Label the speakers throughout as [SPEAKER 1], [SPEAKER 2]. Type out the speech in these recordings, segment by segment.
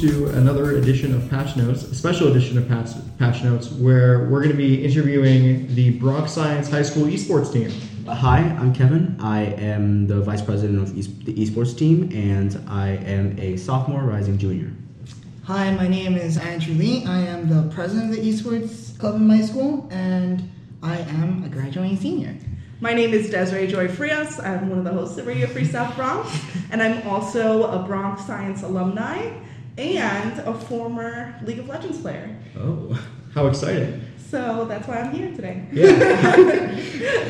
[SPEAKER 1] to another edition of Patch Notes, a special edition of Patch, Patch Notes, where we're going to be interviewing the Bronx Science High School esports team.
[SPEAKER 2] Hi, I'm Kevin. I am the vice president of es- the esports team, and I am a sophomore rising junior.
[SPEAKER 3] Hi, my name is Andrew Lee. I am the president of the Esports Club in my school, and I am a graduating senior.
[SPEAKER 4] My name is Desiree Joy Frias. I'm one of the hosts of Radio Free South Bronx, and I'm also a Bronx Science alumni and a former League of Legends player.
[SPEAKER 1] Oh, how exciting!
[SPEAKER 4] So that's why I'm here today.
[SPEAKER 1] Yeah.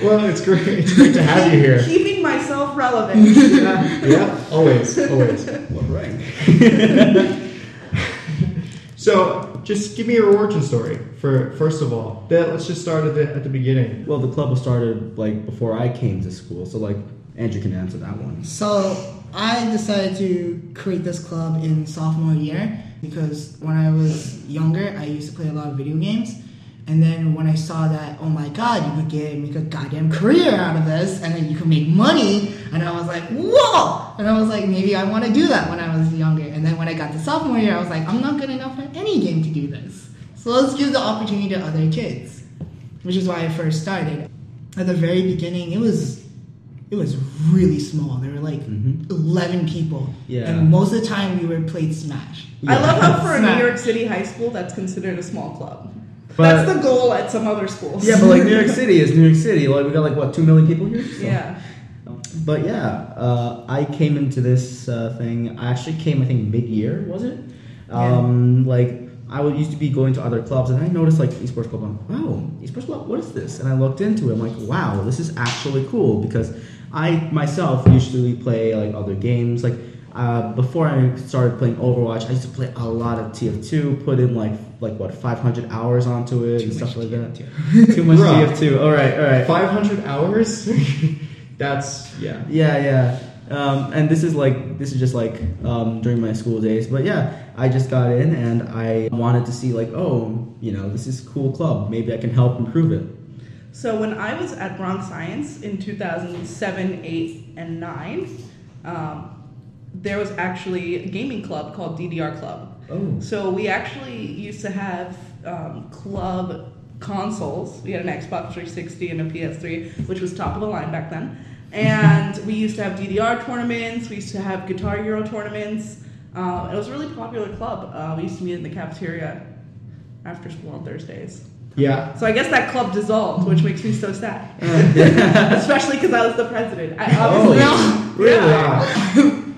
[SPEAKER 1] well, it's great. It's great to have you here.
[SPEAKER 4] Keeping myself relevant.
[SPEAKER 1] yeah, always, always. What ring? so, just give me your origin story for first of all. That let's just start at the, at the beginning.
[SPEAKER 2] Well, the club was started like before I came to school, so like Andrew can answer that one.
[SPEAKER 3] So I decided to create this club in sophomore year because when I was younger, I used to play a lot of video games. And then when I saw that, oh my god, you could get make a goddamn career out of this, and then you can make money, and I was like, whoa! And I was like, maybe I want to do that when I was younger. And then when I got to sophomore year, I was like, I'm not good enough at any game to do this. So let's give the opportunity to other kids, which is why I first started. At the very beginning, it was it was really small. There were like
[SPEAKER 2] Mhm.
[SPEAKER 3] 11 people.
[SPEAKER 2] Yeah.
[SPEAKER 3] And most of the time we were played Smash.
[SPEAKER 4] I love how for a
[SPEAKER 3] Smash.
[SPEAKER 4] New York City high school, that's considered a small club.
[SPEAKER 2] But-
[SPEAKER 4] that's the goal at some other schools.
[SPEAKER 2] Yeah, but like New York City is New York City. Like we got like what two million people here. So-
[SPEAKER 4] yeah.
[SPEAKER 2] But yeah, uh, I came into this uh, thing. I actually came, I think, mid-year was it? Um, Like I would used to be going to other clubs, and I noticed like esports club. I'm like, wow, esports club. What is this? And I looked into it. I'm like, wow, this is actually cool because I myself usually play like other games. Like uh, before I started playing Overwatch, I used to play a lot of TF2. Put in like like what 500 hours onto it and stuff like that. Too much
[SPEAKER 1] Bruh.
[SPEAKER 2] TF2. All right, all right.
[SPEAKER 1] Five hundred hours. That's yeah.
[SPEAKER 2] Yeah, yeah. Um, and this is like this is just like um, during my school days, but yeah, I just got in and I wanted to see like oh you know this is a cool club maybe I can help improve it.
[SPEAKER 4] So when I was at Bronx Science in 2007, 8, and 9, um, there was actually a gaming club called DDR Club.
[SPEAKER 2] Oh,
[SPEAKER 4] So we actually used to have um, club consoles. We had an Xbox 360 and a PS3, which was top of the line back then. And we used to have DDR tournaments. We used to have Guitar Hero tournaments. Um, it was a really popular club. Uh, we used to meet in the cafeteria after school on Thursdays.
[SPEAKER 1] Yeah.
[SPEAKER 4] So I guess that club dissolved, which makes me so sad. Especially because I was the president. I obviously,
[SPEAKER 2] Oh,
[SPEAKER 1] Oh. Really?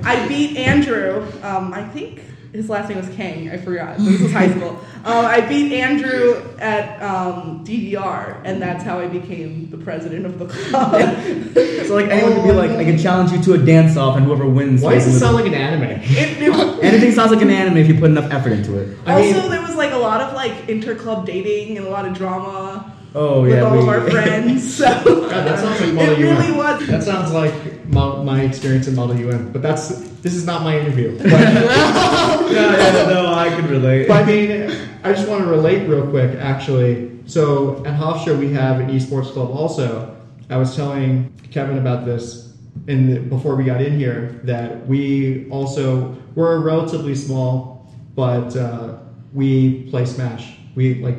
[SPEAKER 4] I beat Andrew. Um, I think his last name was Kang. I forgot. This was high school. Um, I beat Andrew at um, DDR, and that's how I became the president of the club. it,
[SPEAKER 2] So like anyone could be like I can challenge you to a dance off and whoever wins.
[SPEAKER 1] Why does it
[SPEAKER 2] wins.
[SPEAKER 1] sound like an anime?
[SPEAKER 4] it-
[SPEAKER 2] Anything sounds like an anime if you put enough effort into it.
[SPEAKER 1] I mean-
[SPEAKER 4] also, there was like a lot of like inter-club dating and a lot of drama
[SPEAKER 2] Oh
[SPEAKER 4] with
[SPEAKER 2] yeah,
[SPEAKER 4] all of
[SPEAKER 2] we-
[SPEAKER 4] our friends. So
[SPEAKER 1] God, that sounds like Model
[SPEAKER 4] it really
[SPEAKER 1] UN.
[SPEAKER 4] was.
[SPEAKER 1] That sounds like my, my experience in Model UN, but that's this is not my interview. But,
[SPEAKER 2] yeah, yeah, no, I can relate.
[SPEAKER 1] but I mean, I just want to relate real quick, actually. So at Hofstra, we have an esports club. Also, I was telling Kevin about this in the, before we got in here that we also we're relatively small, but uh, we play Smash. We like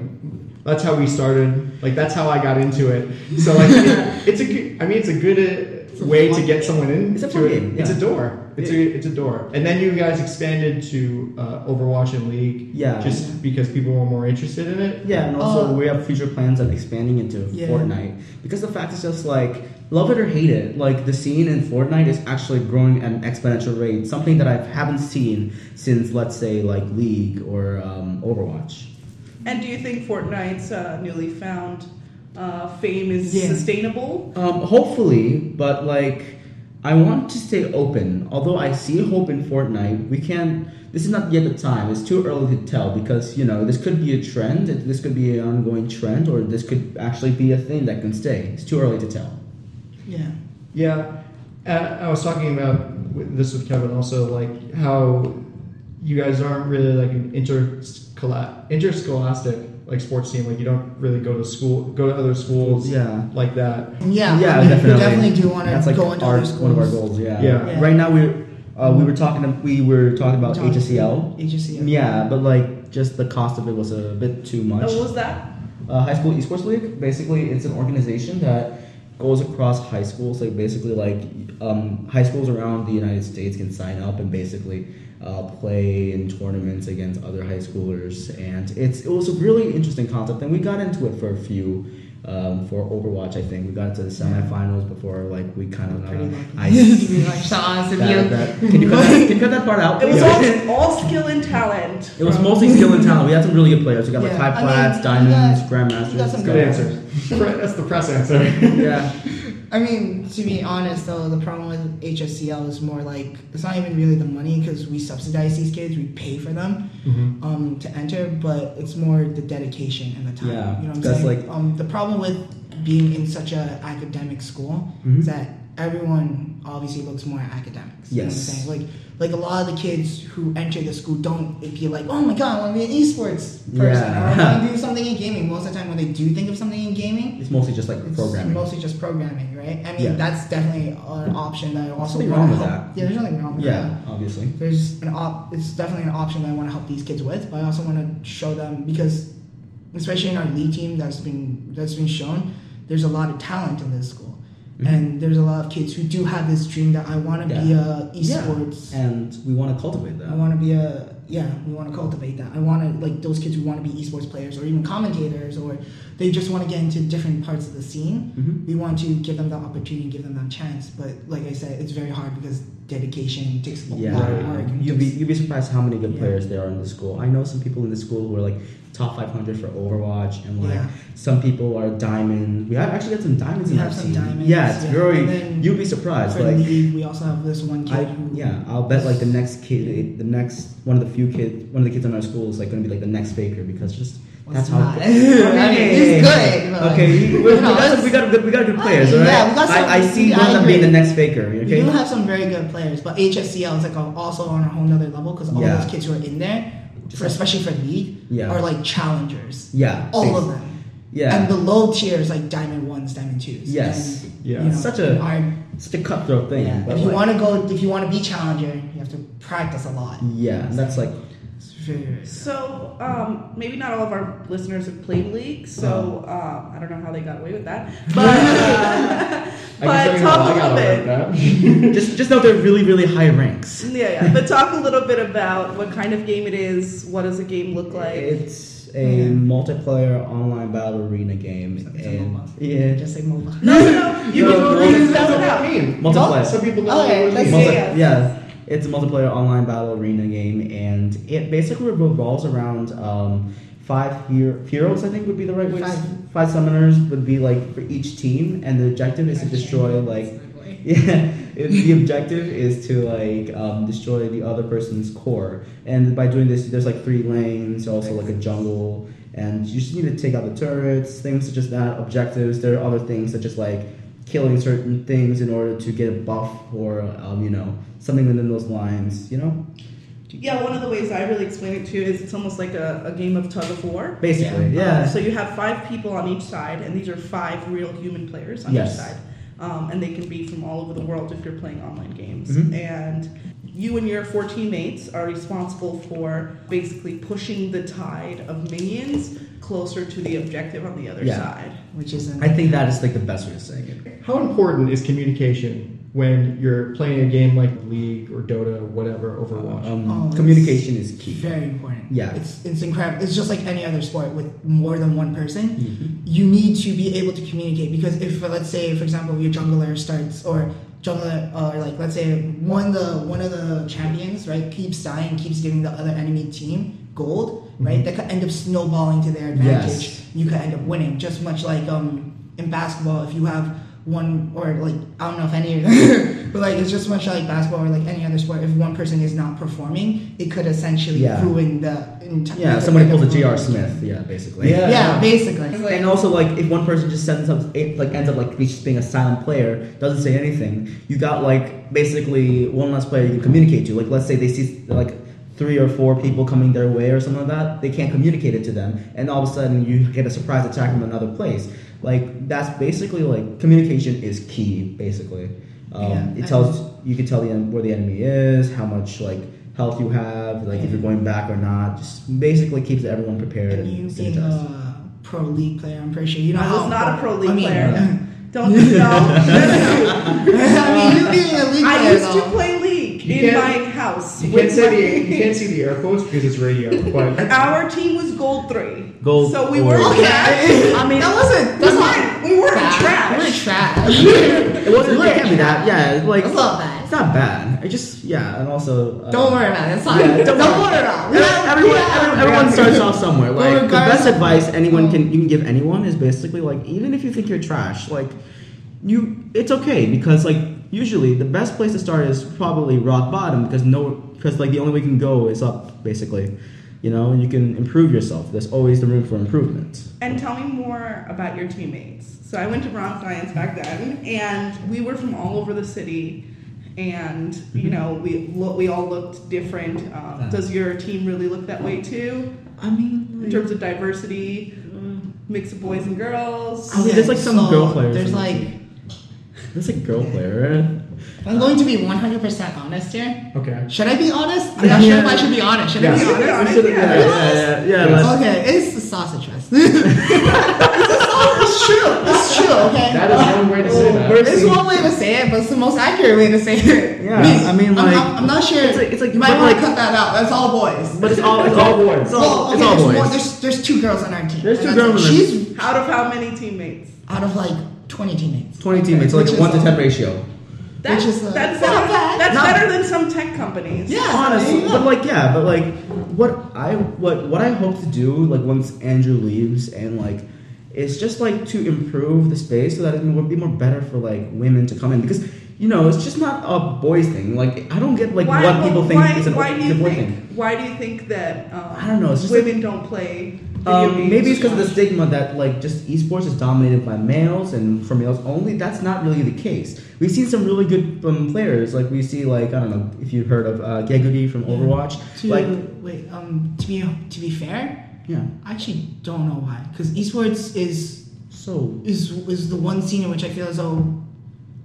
[SPEAKER 1] that's how we started. Like that's how I got into it. So like it, it's a good, I mean it's a good uh,
[SPEAKER 3] a
[SPEAKER 1] way to
[SPEAKER 3] fun
[SPEAKER 1] get
[SPEAKER 3] game.
[SPEAKER 1] someone in.
[SPEAKER 2] It's a
[SPEAKER 1] to
[SPEAKER 2] fun
[SPEAKER 1] it.
[SPEAKER 2] game,
[SPEAKER 1] It's a
[SPEAKER 2] yeah.
[SPEAKER 1] door. It's a it's a door. And then you guys expanded to uh, Overwatch and League.
[SPEAKER 2] Yeah.
[SPEAKER 1] Just because people were more interested in it.
[SPEAKER 2] Yeah, and also
[SPEAKER 3] Uh,
[SPEAKER 2] we have future plans on expanding into
[SPEAKER 3] Yeah.
[SPEAKER 2] Fortnite because the fact is just like love it or hate it, like the scene in Fortnite is actually growing at an exponential rate, something that I haven't seen since let's say like League or um, Overwatch.
[SPEAKER 4] And do you think Fortnite's uh, newly found uh, fame is
[SPEAKER 3] Yeah.
[SPEAKER 4] sustainable?
[SPEAKER 2] Um, hopefully, but like I want to stay open. Although I see hope in Fortnite, we can't. This is not yet the time. It's too early to tell because you know this could be a trend. This could be an ongoing trend, or this could actually be a thing that can stay. It's too early to tell.
[SPEAKER 3] Yeah.
[SPEAKER 1] Yeah, uh, I was talking about with- this with Kevin also, like how you guys aren't really like an interscola- interscholastic like sports team. Like you don't really go to school, go to other schools,
[SPEAKER 2] Yeah.
[SPEAKER 1] like that.
[SPEAKER 3] Yeah.
[SPEAKER 2] Yeah,
[SPEAKER 3] I mean,
[SPEAKER 2] definitely.
[SPEAKER 3] We definitely do want to
[SPEAKER 2] That's like
[SPEAKER 3] go into
[SPEAKER 2] our,
[SPEAKER 3] other
[SPEAKER 2] one of our
[SPEAKER 3] schools.
[SPEAKER 2] goals. Yeah.
[SPEAKER 1] Yeah.
[SPEAKER 3] Yeah.
[SPEAKER 2] Right now we Uh, we were talking. We were talking about
[SPEAKER 3] John-
[SPEAKER 2] HSEL.
[SPEAKER 3] HSCL.
[SPEAKER 2] Yeah, but like just the cost of it was a bit too much.
[SPEAKER 4] Oh, what was that?
[SPEAKER 2] uh, high school esports league. Basically, it's an organization that goes across high schools. Like basically, like um, high schools around the United States can sign up and basically uh, play in tournaments against other high schoolers. And it's it was a really interesting concept, and we got into it for a few. Um, for Overwatch, I think we got into the semifinals before like we kind of
[SPEAKER 3] Pretty
[SPEAKER 2] uh,
[SPEAKER 3] lucky.
[SPEAKER 2] I
[SPEAKER 3] like Sean's and you.
[SPEAKER 2] that, that. Can you cut that, can you cut that part out?
[SPEAKER 4] It was
[SPEAKER 2] please?
[SPEAKER 4] all, all skill and talent.
[SPEAKER 2] It was
[SPEAKER 4] from-
[SPEAKER 2] mostly skill and talent. We had some really good players. We got
[SPEAKER 3] Yeah,
[SPEAKER 2] like high
[SPEAKER 3] I mean,
[SPEAKER 2] flats,
[SPEAKER 3] you
[SPEAKER 2] diamonds,
[SPEAKER 3] got-
[SPEAKER 2] grandmasters.
[SPEAKER 3] you got some
[SPEAKER 2] stuff.
[SPEAKER 1] Good answer. Pre- That's the press answer.
[SPEAKER 2] Yeah.
[SPEAKER 3] I mean, to be honest, though, the problem with HSCL is more like it's not even really the money because we subsidize these kids, we pay for them
[SPEAKER 1] Mm-hmm.
[SPEAKER 3] um, to enter, but it's more the dedication and the time.
[SPEAKER 2] Yeah,
[SPEAKER 3] you know what I'm
[SPEAKER 2] that's
[SPEAKER 3] saying?
[SPEAKER 2] like-
[SPEAKER 3] um, the problem with being in such a academic school
[SPEAKER 2] Mhm.
[SPEAKER 3] is that everyone obviously looks more at academics. You know what I'm
[SPEAKER 2] Yes.
[SPEAKER 3] saying? Like like a lot of the kids who enter the school don't be like, oh my god, I want to be an esports person. Or I
[SPEAKER 2] Yeah.
[SPEAKER 3] want to do something in gaming. Most of the time, when they do think of something in gaming,
[SPEAKER 2] It's mostly just like
[SPEAKER 3] it's
[SPEAKER 2] programming.
[SPEAKER 3] mostly just programming, right? I mean,
[SPEAKER 2] Yeah.
[SPEAKER 3] that's definitely an option that I also
[SPEAKER 2] Nothing
[SPEAKER 3] want
[SPEAKER 2] wrong
[SPEAKER 3] to
[SPEAKER 2] with
[SPEAKER 3] help.
[SPEAKER 2] that.
[SPEAKER 3] Yeah, there's nothing wrong with
[SPEAKER 2] yeah,
[SPEAKER 3] that.
[SPEAKER 2] obviously.
[SPEAKER 3] There's an op. It's definitely an option that I want to help these kids with, but I also want to show them because, especially in our lead team, that's been that's been shown. There's a lot of talent in this school,
[SPEAKER 2] Mhm.
[SPEAKER 3] and there's a lot of kids who do have this dream that I want to be a
[SPEAKER 2] Yeah.
[SPEAKER 3] esports.
[SPEAKER 2] And uh, we want to cultivate
[SPEAKER 3] I
[SPEAKER 2] that.
[SPEAKER 3] want to be a yeah. We want to cultivate that. I want to like those kids who want to be esports players or even commentators or they just want to get into different parts of the scene
[SPEAKER 2] hmm
[SPEAKER 3] we want to give them the opportunity, give them that chance. But like I said, it's very hard because dedication takes a lot of work.
[SPEAKER 2] Yeah,
[SPEAKER 3] and
[SPEAKER 2] you'd be
[SPEAKER 3] takes-
[SPEAKER 2] you'd be surprised how many good
[SPEAKER 3] Yeah.
[SPEAKER 2] players there are in the school. I know some people in the school who are like top 500 for Overwatch, and like
[SPEAKER 3] Yeah.
[SPEAKER 2] some people are diamond. We have actually got some diamonds
[SPEAKER 3] We
[SPEAKER 2] in
[SPEAKER 3] have
[SPEAKER 2] our
[SPEAKER 3] some
[SPEAKER 2] team.
[SPEAKER 3] diamonds,
[SPEAKER 2] Yeah, it's
[SPEAKER 3] yeah. And
[SPEAKER 2] very.
[SPEAKER 3] then
[SPEAKER 2] You'd be surprised.
[SPEAKER 3] for
[SPEAKER 2] Like
[SPEAKER 3] league, we also have this one
[SPEAKER 2] I
[SPEAKER 3] kid who
[SPEAKER 2] yeah, I'll bet like the next kid, the next one of the few kids, one of the kids in our school is like going to be like the next Baker because just
[SPEAKER 3] was
[SPEAKER 2] that's how.
[SPEAKER 3] not. I mean, he's good. but,
[SPEAKER 2] Okay, we,
[SPEAKER 3] you
[SPEAKER 2] we,
[SPEAKER 3] know,
[SPEAKER 2] got some, we got good we got good players, all right?
[SPEAKER 3] Yeah, we got some-
[SPEAKER 2] I, I see
[SPEAKER 3] yeah,
[SPEAKER 2] one
[SPEAKER 3] I
[SPEAKER 2] of them being the
[SPEAKER 3] agree.
[SPEAKER 2] next Baker. Okay,
[SPEAKER 3] we do have some very good players, but HSCL is like a, also on a whole nother level because all
[SPEAKER 2] Yeah.
[SPEAKER 3] those kids who are in there, for, especially for league,
[SPEAKER 2] Yeah.
[SPEAKER 3] are like challengers.
[SPEAKER 2] yeah,
[SPEAKER 3] All
[SPEAKER 2] thanks.
[SPEAKER 3] of them.
[SPEAKER 2] Yeah,
[SPEAKER 3] And the low tier is like diamond ones, diamond twos.
[SPEAKER 2] Yes.
[SPEAKER 3] And,
[SPEAKER 1] Yeah.
[SPEAKER 3] you know,
[SPEAKER 2] Such a-
[SPEAKER 3] our
[SPEAKER 2] such a cutthroat thing.
[SPEAKER 3] Yeah,
[SPEAKER 2] but,
[SPEAKER 3] if you
[SPEAKER 2] like,
[SPEAKER 3] want to go, if you want to be challenger, you have to practice a lot.
[SPEAKER 2] yeah, and that's like
[SPEAKER 3] It's very, very tough.
[SPEAKER 4] So um, maybe not all of our listeners have played League, so
[SPEAKER 1] Uh-huh.
[SPEAKER 4] um, I don't know how they got away with that. But uh,
[SPEAKER 1] I can tell
[SPEAKER 4] but
[SPEAKER 1] you how I
[SPEAKER 4] talk
[SPEAKER 1] got
[SPEAKER 4] a little
[SPEAKER 1] away with
[SPEAKER 4] bit.
[SPEAKER 1] that.
[SPEAKER 2] just just know they're really really high ranks.
[SPEAKER 4] Yeah, yeah. But talk a little bit about what kind of game it is. What does a game look like?
[SPEAKER 2] It's a multiplayer online battle arena game.
[SPEAKER 3] hmm. It's a
[SPEAKER 2] and,
[SPEAKER 3] MOBA.
[SPEAKER 2] yeah,
[SPEAKER 3] Just say MOBA.
[SPEAKER 4] No, no, no. You
[SPEAKER 2] No,
[SPEAKER 4] can
[SPEAKER 2] no,
[SPEAKER 4] really
[SPEAKER 2] it's
[SPEAKER 4] spell it
[SPEAKER 1] That's what
[SPEAKER 4] out.
[SPEAKER 1] I mean.
[SPEAKER 2] Multiplayer.
[SPEAKER 1] Some people don't
[SPEAKER 3] Okay,
[SPEAKER 1] know what
[SPEAKER 3] let's
[SPEAKER 1] it
[SPEAKER 2] Multi-
[SPEAKER 1] is.
[SPEAKER 4] see.
[SPEAKER 2] yeah.
[SPEAKER 4] Yeah.
[SPEAKER 2] it's a multiplayer online battle arena game, and it basically revolves around um, five hero- heroes. I think would be the right way. to s- Five summoners would be like for each team, and the objective is to destroy like yeah. It, the objective is to like um, destroy the other person's core, and by doing this, there's like three lanes, also like a jungle, and you just need to take out the turrets, things such as that. Objectives. There are other things such as like killing certain things in order to get a buff or um, you know something within those lines. You know,
[SPEAKER 4] Yeah, one of the ways I really explain it to you is it's almost like a, a game of tug of war.
[SPEAKER 2] basically,
[SPEAKER 4] Um,
[SPEAKER 2] yeah,
[SPEAKER 4] so you have five people on each side, and these are five real human players on
[SPEAKER 2] Yes.
[SPEAKER 4] each side. Um, and they can be from all over the world if you're playing online games.
[SPEAKER 2] Mhm.
[SPEAKER 4] And you and your four teammates are responsible for basically pushing the tide of minions closer to the objective on the other
[SPEAKER 2] Yeah.
[SPEAKER 4] side.
[SPEAKER 3] Which uh, isn't.
[SPEAKER 2] I think that is like the best way of saying it.
[SPEAKER 1] How important is communication when you're playing a game like League or Dota, whatever, Overwatch?
[SPEAKER 2] Um,
[SPEAKER 3] Oh, it's
[SPEAKER 2] communication is key.
[SPEAKER 3] very important.
[SPEAKER 2] Yeah.
[SPEAKER 3] It's it's incredible. It's just like any other sport with more than one person.
[SPEAKER 2] Mhm.
[SPEAKER 3] You need to be able to communicate because if uh, let's say for example your jungler starts or jungler uh, or like let's say one the one of the champions right keeps dying keeps giving the other enemy team gold right that could end up snowballing to their advantage.
[SPEAKER 2] Mm-hmm. Yes.
[SPEAKER 3] You could end up winning just much like um in basketball if you have one or like I don't know if any of them, but like it's just much like basketball or like any other sport. If one person is not performing, it could essentially
[SPEAKER 2] Yeah.
[SPEAKER 3] ruin the entire.
[SPEAKER 2] Yeah, somebody pulls a J.R. Smith. Yeah, basically.
[SPEAKER 1] Yeah.
[SPEAKER 3] Yeah, basically.
[SPEAKER 2] And also, like, if one person just sends up, it, like, ends up like just being a silent player, doesn't say anything. You got like basically one less player you can communicate to. Like, let's say they see like three or four people coming their way or something like that. They can't communicate it to them, and all of a sudden you get a surprise attack from another place. Like, that's basically like communication is key, basically. Um,
[SPEAKER 3] Yeah,
[SPEAKER 2] it
[SPEAKER 3] I
[SPEAKER 2] tells you can tell the en- where the enemy is, how much like health you have, like if you're going back or not. Just basically keeps everyone prepared
[SPEAKER 3] And
[SPEAKER 2] and,
[SPEAKER 3] you being uh,
[SPEAKER 2] synergized.
[SPEAKER 3] a pro league player, I'm pretty sure you know.
[SPEAKER 4] I
[SPEAKER 3] how-
[SPEAKER 4] was not a pro league
[SPEAKER 3] I mean,
[SPEAKER 4] player. Don't no.
[SPEAKER 3] I mean, you being a league
[SPEAKER 4] I
[SPEAKER 3] player
[SPEAKER 4] used to
[SPEAKER 3] though.
[SPEAKER 4] play league
[SPEAKER 1] You
[SPEAKER 4] in
[SPEAKER 1] can't-
[SPEAKER 4] my house.
[SPEAKER 1] You
[SPEAKER 4] with
[SPEAKER 1] can't say
[SPEAKER 4] my-
[SPEAKER 1] the you can't see the air quotes because it's radio, but
[SPEAKER 4] Our team was gold three.
[SPEAKER 2] Gold
[SPEAKER 4] So we
[SPEAKER 2] four.
[SPEAKER 4] were
[SPEAKER 3] Okay,
[SPEAKER 4] trash.
[SPEAKER 3] I mean that wasn't that's
[SPEAKER 4] we
[SPEAKER 3] not
[SPEAKER 4] weren't, we weren't
[SPEAKER 3] bad.
[SPEAKER 4] trash.
[SPEAKER 3] We weren't trash.
[SPEAKER 2] It wasn't.
[SPEAKER 3] Look
[SPEAKER 2] It can't be that. Yeah, it's like
[SPEAKER 3] It's not bad.
[SPEAKER 2] It's not bad. It just yeah, and also uh,
[SPEAKER 3] Don't worry about it. It's fine.
[SPEAKER 2] Yeah,
[SPEAKER 3] don't,
[SPEAKER 2] don't
[SPEAKER 3] worry about it. We
[SPEAKER 2] Every-
[SPEAKER 3] have-
[SPEAKER 2] Everyone,
[SPEAKER 3] we have-
[SPEAKER 2] everyone, everyone starts off somewhere.
[SPEAKER 3] Well,
[SPEAKER 2] Like the
[SPEAKER 3] regardless-
[SPEAKER 2] best advice anyone can you can give anyone is basically like even if you think you're trash, like you, it's okay because like usually the best place to start is probably rock bottom because no because like the only way you can go is up basically. You know, you can improve yourself. There's always the room for improvement.
[SPEAKER 4] And tell me more about your teammates. So I went to Bronx Science back then, and we were from all over the city, and you know we lo- we all looked different. Um, does your team really look that way too,
[SPEAKER 2] I mean,
[SPEAKER 4] in terms of diversity, mix of boys and girls?
[SPEAKER 2] Oh, there's, like, some
[SPEAKER 3] so
[SPEAKER 2] girl players
[SPEAKER 3] There's
[SPEAKER 2] on the
[SPEAKER 3] like
[SPEAKER 2] team. that's a girl player.
[SPEAKER 3] I'm going to be 100% honest here.
[SPEAKER 1] okay.
[SPEAKER 3] Should I be honest? I'm not sure if I should be honest. Should
[SPEAKER 1] Yeah.
[SPEAKER 3] I be honest?
[SPEAKER 4] Yeah,
[SPEAKER 2] Yeah, yeah,
[SPEAKER 4] yeah.
[SPEAKER 2] yeah, yeah,
[SPEAKER 1] Yeah.
[SPEAKER 2] let's-
[SPEAKER 3] Okay, it's the sausage fest. it's, it's true. It's true. Okay.
[SPEAKER 1] That is one way to say that.
[SPEAKER 2] We're-
[SPEAKER 3] It's one way to say it, but it's the most accurate way to say it.
[SPEAKER 2] Yeah, I mean,
[SPEAKER 3] I'm
[SPEAKER 2] like-
[SPEAKER 3] not, I'm not sure.
[SPEAKER 2] It's like- it's like-
[SPEAKER 3] you might
[SPEAKER 2] but
[SPEAKER 3] want to
[SPEAKER 2] like-
[SPEAKER 3] cut that out. That's all boys.
[SPEAKER 2] But it's all it's all boys. It's all,
[SPEAKER 3] well, okay,
[SPEAKER 2] it's all
[SPEAKER 3] there's,
[SPEAKER 2] boys.
[SPEAKER 3] One, there's there's two girls on our team.
[SPEAKER 2] There's
[SPEAKER 3] and
[SPEAKER 2] two
[SPEAKER 3] that's
[SPEAKER 2] girls on
[SPEAKER 3] it.
[SPEAKER 2] our-
[SPEAKER 3] She's
[SPEAKER 4] Out of how many teammates?
[SPEAKER 3] out of like 20 teammates.
[SPEAKER 2] 20 teammates, so like
[SPEAKER 3] Which
[SPEAKER 2] a
[SPEAKER 3] is
[SPEAKER 2] 1 to
[SPEAKER 3] all-
[SPEAKER 2] 10 ratio.
[SPEAKER 4] That's
[SPEAKER 3] Which is, uh,
[SPEAKER 4] that's
[SPEAKER 3] not
[SPEAKER 4] better,
[SPEAKER 3] bad.
[SPEAKER 4] that's
[SPEAKER 2] Not-
[SPEAKER 4] better than some tech companies.
[SPEAKER 3] Yeah,
[SPEAKER 2] Honestly,
[SPEAKER 3] there you go.
[SPEAKER 2] but like yeah, but like what I what what I hope to do like once Andrew leaves and like it's just like to improve the space so that it would be more better for like women to come in because you know it's just not a boys thing. Like I don't get like
[SPEAKER 4] why,
[SPEAKER 2] what people think
[SPEAKER 4] why,
[SPEAKER 2] is an
[SPEAKER 4] why do
[SPEAKER 2] it's
[SPEAKER 4] you
[SPEAKER 2] a boy
[SPEAKER 4] think,
[SPEAKER 2] thing.
[SPEAKER 4] Why do you think that um,
[SPEAKER 2] I don't know, it's just
[SPEAKER 4] women don't play video
[SPEAKER 2] Um,
[SPEAKER 4] games?
[SPEAKER 2] maybe it's because of the stigma that like just esports is dominated by males and for males only. That's not really the case. We've seen some really good um, players. Like we see like I don't know if you've heard of uh, Gegudi from
[SPEAKER 3] Yeah.
[SPEAKER 2] Overwatch.
[SPEAKER 3] to
[SPEAKER 2] Like
[SPEAKER 3] wait, um, to be to be fair,
[SPEAKER 2] yeah,
[SPEAKER 3] I actually don't know why. Because esports is
[SPEAKER 2] so
[SPEAKER 3] is is the one scene in which I feel as though,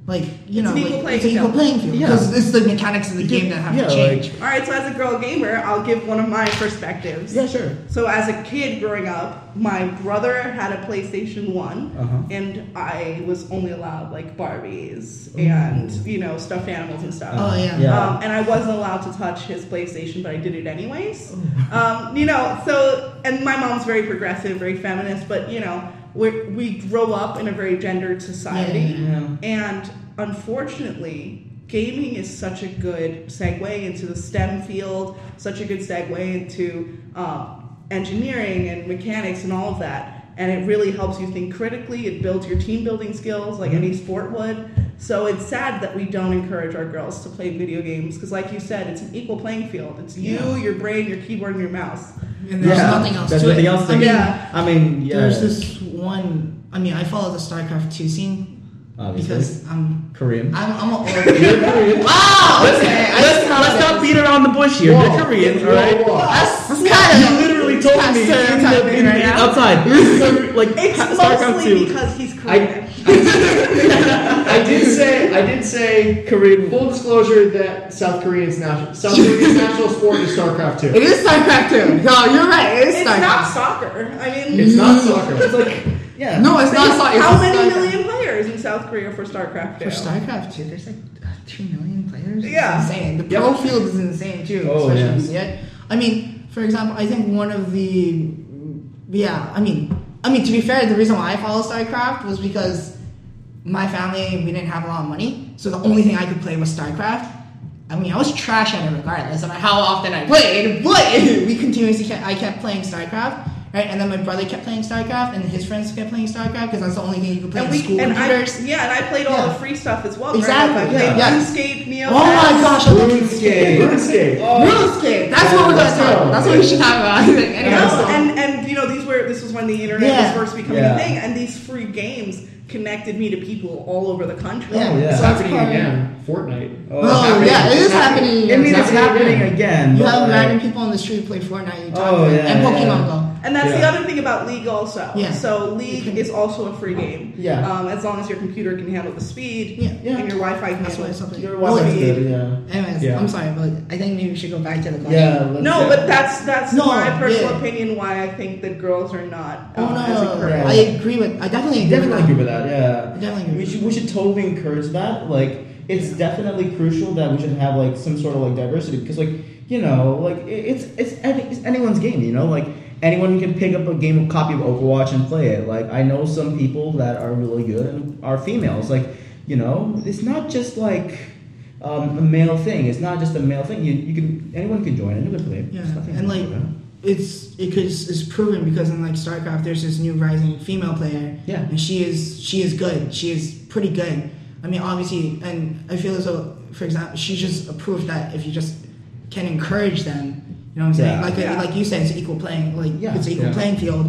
[SPEAKER 3] like you
[SPEAKER 4] It's
[SPEAKER 3] know,
[SPEAKER 4] an equal
[SPEAKER 3] like,
[SPEAKER 4] playing
[SPEAKER 3] it's an equal
[SPEAKER 4] field.
[SPEAKER 3] playing field.
[SPEAKER 2] Yeah.
[SPEAKER 3] Because it's the mechanics of the
[SPEAKER 2] Yeah,
[SPEAKER 3] game that have
[SPEAKER 2] yeah,
[SPEAKER 3] to change.
[SPEAKER 2] like-
[SPEAKER 4] All right, so as a girl gamer, I'll give one of my perspectives.
[SPEAKER 2] yeah, sure.
[SPEAKER 4] So as a kid growing up, my brother had a PlayStation One,
[SPEAKER 2] Uh-huh.
[SPEAKER 4] and I was only allowed like Barbies and you know stuffed animals and stuff.
[SPEAKER 3] Oh, yeah.
[SPEAKER 2] Uh, Yeah.
[SPEAKER 4] Um, and I wasn't allowed to touch his PlayStation, but I did it anyways.
[SPEAKER 2] Oh.
[SPEAKER 4] Um, you know, so and my mom's very progressive, very feminist, but you know, we we grow up in a very gendered society.
[SPEAKER 3] Yeah.
[SPEAKER 2] yeah.
[SPEAKER 4] And unfortunately, gaming is such a good segue into the STEM field, such a good segue into um, engineering and mechanics and all of that. And it really helps you think critically. It builds your team building skills like any sport would. So it's sad that we don't encourage our girls to play video games because, like you said, it's an equal playing field. It's you,
[SPEAKER 3] Yeah.
[SPEAKER 4] your brain, your keyboard, and your mouse.
[SPEAKER 3] And there's
[SPEAKER 2] yeah.
[SPEAKER 3] nothing else
[SPEAKER 2] There's
[SPEAKER 3] to
[SPEAKER 2] nothing
[SPEAKER 3] it.
[SPEAKER 2] else.
[SPEAKER 3] I
[SPEAKER 2] to-
[SPEAKER 3] mean,
[SPEAKER 4] Yeah.
[SPEAKER 2] I mean, yeah.
[SPEAKER 3] There's this one. I mean, I follow the StarCraft two scene
[SPEAKER 2] obviously.
[SPEAKER 3] because I'm
[SPEAKER 2] Korean.
[SPEAKER 3] I'm I'm an old. wow. Okay. I
[SPEAKER 2] let's,
[SPEAKER 3] just thought
[SPEAKER 2] let's
[SPEAKER 3] of
[SPEAKER 2] not
[SPEAKER 3] it.
[SPEAKER 2] beat around the bush here.
[SPEAKER 1] Whoa.
[SPEAKER 2] They're Koreans, all right?
[SPEAKER 1] Whoa, whoa.
[SPEAKER 3] That's, that's kind of
[SPEAKER 2] You literally told
[SPEAKER 3] that's
[SPEAKER 2] me in the-
[SPEAKER 3] stereotyping
[SPEAKER 2] in-
[SPEAKER 3] right now.
[SPEAKER 2] outside, like
[SPEAKER 4] It's
[SPEAKER 2] StarCraft
[SPEAKER 4] mostly
[SPEAKER 2] two.
[SPEAKER 4] because he's Korean.
[SPEAKER 1] I did say I did say Korean. Full disclosure that South Korean's national South Korea's national sport is StarCraft two.
[SPEAKER 3] It is StarCraft 2. No, you're right. It is
[SPEAKER 4] It's
[SPEAKER 3] StarCraft.
[SPEAKER 4] not soccer. I mean,
[SPEAKER 1] It's not soccer.
[SPEAKER 2] like yeah.
[SPEAKER 3] no, it's not StarCraft.
[SPEAKER 4] How many million players in South Korea for StarCraft?
[SPEAKER 3] For
[SPEAKER 4] now?
[SPEAKER 3] StarCraft 2, there's like uh, 2 million players.
[SPEAKER 4] Yeah.
[SPEAKER 3] It's insane. The pro field is insane too.
[SPEAKER 2] Oh,
[SPEAKER 3] especially yeah. I mean, for example, I think one of the. Yeah, I mean, I mean, to be fair, the reason why I follow StarCraft was because my family, we didn't have a lot of money. So the only thing I could play was StarCraft. I mean, I was trash at it regardless of how often I played, but we continuously kept, I kept playing StarCraft. Right, and then my brother kept playing StarCraft, and his friends kept playing StarCraft because that's the only thing you could play
[SPEAKER 4] and
[SPEAKER 3] in
[SPEAKER 4] we
[SPEAKER 3] school
[SPEAKER 4] and I,
[SPEAKER 3] computers.
[SPEAKER 4] yeah, and I played all
[SPEAKER 3] Yeah.
[SPEAKER 4] the free stuff as well.
[SPEAKER 3] Exactly,
[SPEAKER 4] Right? I played
[SPEAKER 2] yeah.
[SPEAKER 4] RuneScape, Neo.
[SPEAKER 3] Oh my gosh, I love RuneScape.
[SPEAKER 1] RuneScape.
[SPEAKER 3] RuneScape. That's what we're gonna
[SPEAKER 1] Let's
[SPEAKER 3] talk
[SPEAKER 1] go.
[SPEAKER 3] about. That's what we should talk about. Anyway,
[SPEAKER 4] No,
[SPEAKER 3] so-
[SPEAKER 4] and and you know these were this was when the internet
[SPEAKER 3] Yeah.
[SPEAKER 4] was first becoming
[SPEAKER 2] Yeah.
[SPEAKER 4] a thing, and these free games connected me to people all over the country.
[SPEAKER 3] Yeah.
[SPEAKER 2] Oh, yeah.
[SPEAKER 1] It's
[SPEAKER 3] That's
[SPEAKER 1] happening
[SPEAKER 3] probably-
[SPEAKER 1] again. Fortnite.
[SPEAKER 2] Oh,
[SPEAKER 3] oh yeah, it is happening.
[SPEAKER 2] I mean, it's
[SPEAKER 1] Exactly.
[SPEAKER 2] happening again.
[SPEAKER 3] You
[SPEAKER 2] but,
[SPEAKER 3] have
[SPEAKER 2] like,
[SPEAKER 3] random people on the street play Fortnite. You talk
[SPEAKER 2] Oh,
[SPEAKER 3] to them.
[SPEAKER 2] yeah,
[SPEAKER 3] and
[SPEAKER 2] yeah,
[SPEAKER 3] Pokemon
[SPEAKER 2] yeah.
[SPEAKER 3] Go.
[SPEAKER 4] And that's the
[SPEAKER 1] Yeah.
[SPEAKER 4] other thing about League also.
[SPEAKER 3] Yeah.
[SPEAKER 4] So League is also a free game.
[SPEAKER 2] Yeah.
[SPEAKER 4] Um, as long as your computer can handle the speed
[SPEAKER 3] Yeah.
[SPEAKER 2] Yeah.
[SPEAKER 4] and your Wi-Fi can
[SPEAKER 3] That's
[SPEAKER 4] handle
[SPEAKER 3] why it's something.
[SPEAKER 2] Your
[SPEAKER 3] Oh,
[SPEAKER 2] Wi-Fi's
[SPEAKER 3] wait.
[SPEAKER 2] good, yeah.
[SPEAKER 3] Anyways,
[SPEAKER 1] Yeah.
[SPEAKER 3] I'm sorry, but I think maybe we should go back to the question.
[SPEAKER 2] Yeah. let's-
[SPEAKER 4] No, but that's that's
[SPEAKER 3] No,
[SPEAKER 4] my personal
[SPEAKER 3] yeah.
[SPEAKER 4] opinion why I think that girls are not.
[SPEAKER 3] Oh
[SPEAKER 4] um,
[SPEAKER 3] no,
[SPEAKER 4] as
[SPEAKER 3] no, no,
[SPEAKER 4] encouraged.
[SPEAKER 3] I agree with. I definitely
[SPEAKER 2] I
[SPEAKER 3] agree
[SPEAKER 2] definitely agree with
[SPEAKER 3] with
[SPEAKER 2] that.
[SPEAKER 3] that.
[SPEAKER 2] Yeah.
[SPEAKER 3] I definitely agree.
[SPEAKER 2] We should, we should totally encourage that. Like, it's definitely crucial that we should have like some sort of like diversity because like you know like i- it's it's, any, it's anyone's game. You know, like anyone can pick up a game copy of Overwatch and play it. Like I know some people that are really good and are females. Like you know, it's not just like. Um, a male thing. It's not just a male thing. You, you can anyone can join. Anyone can play.
[SPEAKER 3] Yeah,
[SPEAKER 2] There's nothing
[SPEAKER 3] and,
[SPEAKER 2] wrong
[SPEAKER 3] like,
[SPEAKER 2] with that.
[SPEAKER 3] it's it could it's proven because in like StarCraft there's this new rising female player.
[SPEAKER 2] Yeah.
[SPEAKER 3] And she is she is good. She is pretty good. I mean obviously and I feel as though for example she's just a proof that if you just can encourage them, you know what I'm saying?
[SPEAKER 2] Yeah.
[SPEAKER 3] Like
[SPEAKER 4] Yeah.
[SPEAKER 3] like you said, it's equal playing like
[SPEAKER 2] Yeah.
[SPEAKER 3] it's equal
[SPEAKER 1] Yeah.
[SPEAKER 3] playing field.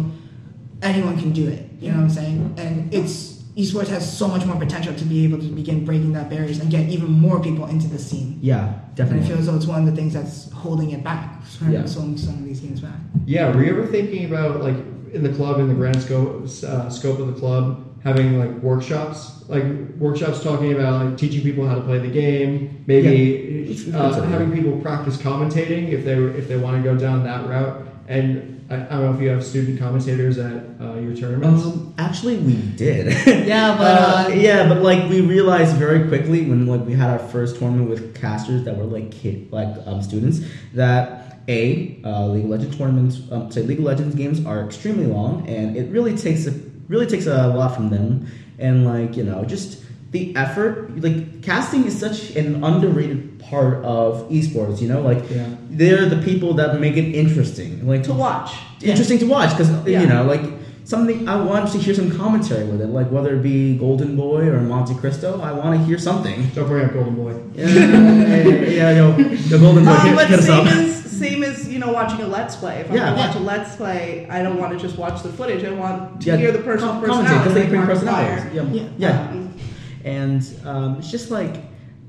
[SPEAKER 3] Anyone can do it. You know what I'm saying? And it's esports has so much more potential to be able to begin breaking that barriers and get even more people into the scene.
[SPEAKER 2] yeah,
[SPEAKER 3] And I
[SPEAKER 2] definitely.
[SPEAKER 3] feel as though it's one of the things that's holding it back.
[SPEAKER 2] Yeah.
[SPEAKER 3] Yeah. Some, some of these games back.
[SPEAKER 1] Yeah, were you ever thinking about like in the club in the grand scope uh, scope of the club having like workshops, like workshops talking about like teaching people how to play the game,
[SPEAKER 2] Yeah,
[SPEAKER 1] maybe
[SPEAKER 2] it's- it's
[SPEAKER 1] uh,
[SPEAKER 2] a-
[SPEAKER 1] having people practice commentating if they if they want to go down that route. And I, I don't know if you have student commentators at uh, your tournaments.
[SPEAKER 2] Um, actually, we did.
[SPEAKER 3] Yeah, but, uh,
[SPEAKER 2] yeah, but like we realized very quickly when like we had our first tournament with casters that were like kid like um, students that a uh, League of Legends tournaments um, say League of Legends games are extremely long and it really takes a really takes a lot from them and like you know just the effort like casting is such an underrated part of esports you know like
[SPEAKER 1] Yeah.
[SPEAKER 2] they're the people that make it interesting like
[SPEAKER 4] to watch.
[SPEAKER 2] interesting to watch because
[SPEAKER 4] Yeah.
[SPEAKER 2] you know like something i want to hear some commentary with it like whether it be golden boy or monte cristo i want to hear something
[SPEAKER 1] Don't bring up Golden Boy.
[SPEAKER 2] yeah yeah yo, yo, golden boy
[SPEAKER 4] Um,
[SPEAKER 2] hit,
[SPEAKER 4] but
[SPEAKER 2] hit us
[SPEAKER 4] same
[SPEAKER 2] up
[SPEAKER 4] as same as you know watching a let's play. If I'm
[SPEAKER 2] Yeah.
[SPEAKER 4] gonna watch a let's play, I don't want to just watch the footage. I want to
[SPEAKER 2] Yeah,
[SPEAKER 4] hear the personal
[SPEAKER 2] com- commentate, 'cause
[SPEAKER 4] personality.
[SPEAKER 2] they bring
[SPEAKER 4] Mark
[SPEAKER 2] personalities
[SPEAKER 4] Dwyer.
[SPEAKER 2] yeah yeah,
[SPEAKER 3] Yeah.
[SPEAKER 4] Um,
[SPEAKER 2] and um, it's just like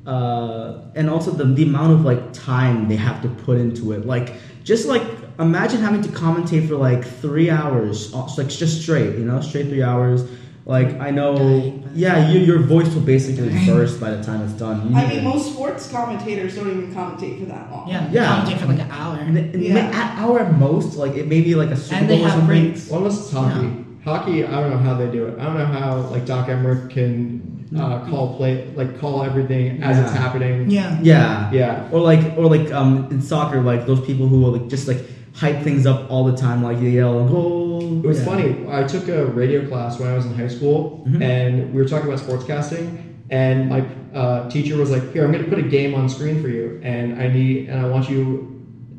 [SPEAKER 2] uh, and also the, the amount of like time they have to put into it like just like imagine having to commentate for like three hours uh, like just straight you know straight three hours like i know
[SPEAKER 3] Dying.
[SPEAKER 2] yeah you, your voice will basically burst by the time it's done You
[SPEAKER 4] I
[SPEAKER 2] need
[SPEAKER 4] mean,
[SPEAKER 2] to-
[SPEAKER 4] most sports commentators don't even commentate for that long.
[SPEAKER 3] Yeah,
[SPEAKER 2] Yeah.
[SPEAKER 3] commentate for like an hour.
[SPEAKER 2] and it- and
[SPEAKER 4] Yeah.
[SPEAKER 2] at our most like it may be like a super
[SPEAKER 3] And they
[SPEAKER 2] bowl or
[SPEAKER 3] have
[SPEAKER 2] something
[SPEAKER 3] breaks.
[SPEAKER 1] Well, unless it's hockey. Hockey, I don't know how they do it. I don't know how like Doc Emmerich can uh, call play like call everything as it's
[SPEAKER 2] Mm-hmm. Yeah.
[SPEAKER 1] happening.
[SPEAKER 3] Yeah.
[SPEAKER 2] yeah
[SPEAKER 1] Yeah.
[SPEAKER 2] Or like, or like um, in soccer, like those people who will like just like hype things up all the time, like they yell goal.
[SPEAKER 1] It was
[SPEAKER 2] Yeah.
[SPEAKER 1] funny. I took a radio class when I was in high school,
[SPEAKER 2] Mhm.
[SPEAKER 1] and we were talking about sportscasting. And my uh, teacher was like, "Here, I'm going to put a game on screen for you, and I need and I want you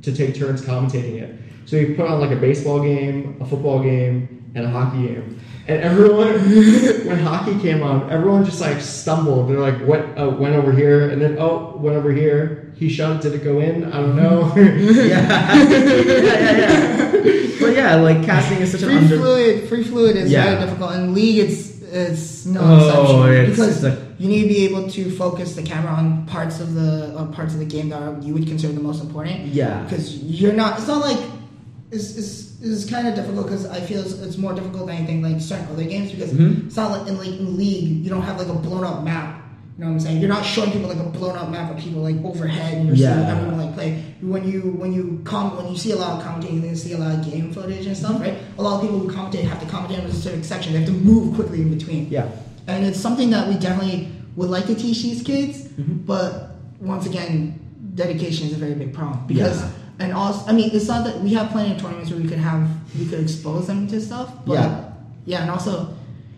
[SPEAKER 1] to take turns commentating it." So he put on like a baseball game, a football game, and a hockey game. And everyone, when hockey came on, everyone just like stumbled. They're like, "What uh, went over here?" And then, "Oh, went over here." He shot it. Did it go in? I don't
[SPEAKER 2] Mm-hmm.
[SPEAKER 1] know.
[SPEAKER 2] Yeah. yeah, yeah, yeah. But yeah, like casting is such an
[SPEAKER 3] Free
[SPEAKER 2] under.
[SPEAKER 3] fluid, free fluid is
[SPEAKER 2] Yeah.
[SPEAKER 3] very difficult, and league it's it's no
[SPEAKER 2] Oh,
[SPEAKER 3] exception
[SPEAKER 2] it's-
[SPEAKER 3] because
[SPEAKER 2] it's like-
[SPEAKER 3] you need to be able to focus the camera on parts of the on parts of the game that are, you would consider the most important.
[SPEAKER 2] Yeah.
[SPEAKER 3] because you're not. It's not like it's it's, it's kind of difficult because I feel it's, it's more difficult than anything like certain other games because
[SPEAKER 2] Mhm.
[SPEAKER 3] it's not like in like in league you don't have like a blown up map. You know what I'm saying? You're not showing people like a blown up map of people like overhead and you're seeing
[SPEAKER 2] Yeah.
[SPEAKER 3] everyone like play. When you when you com when you see a lot of commentating, then you see a lot of game footage and
[SPEAKER 2] Mm-hmm.
[SPEAKER 3] stuff, right? A lot of people who commentate have to commentate on a specific section. They have to move quickly in between.
[SPEAKER 2] Yeah.
[SPEAKER 3] And it's something that we definitely would like to teach these kids,
[SPEAKER 2] Mm-hmm.
[SPEAKER 3] but once again, dedication is a very big problem because
[SPEAKER 2] Yeah.
[SPEAKER 3] and also I mean it's not that we have plenty of tournaments where we could have we could expose them to stuff, but
[SPEAKER 2] Yeah.
[SPEAKER 3] yeah, and also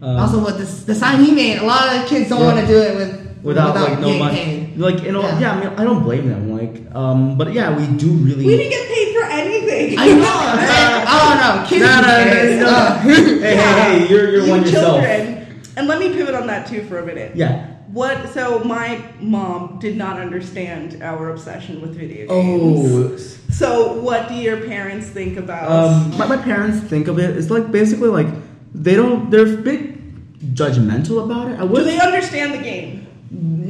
[SPEAKER 2] Um,
[SPEAKER 3] also what this the sign he made, a lot of kids don't
[SPEAKER 2] Yeah.
[SPEAKER 3] want to do it with
[SPEAKER 2] Without, like no
[SPEAKER 3] getting
[SPEAKER 2] money,
[SPEAKER 3] paid.
[SPEAKER 2] like you know, yeah.
[SPEAKER 3] Yeah.
[SPEAKER 2] I mean, I don't blame them. Like, um, but yeah, we do really.
[SPEAKER 4] We didn't get paid for anything.
[SPEAKER 3] I know, right? Oh, I don't know, kids.
[SPEAKER 2] Nah, nah, nah,
[SPEAKER 3] these days,
[SPEAKER 2] nah,
[SPEAKER 3] uh,
[SPEAKER 2] nah. hey, hey, hey, you're you're
[SPEAKER 4] You
[SPEAKER 2] one yourself.
[SPEAKER 4] children. And let me pivot on that too for a minute.
[SPEAKER 2] Yeah.
[SPEAKER 4] What? So my mom did not understand our obsession with video games.
[SPEAKER 2] Oh,
[SPEAKER 4] So what do your parents think about?
[SPEAKER 2] Um, my, my parents think of it. It's like basically like they don't. They're big judgmental about it. I
[SPEAKER 4] do
[SPEAKER 2] would.
[SPEAKER 4] they understand the game?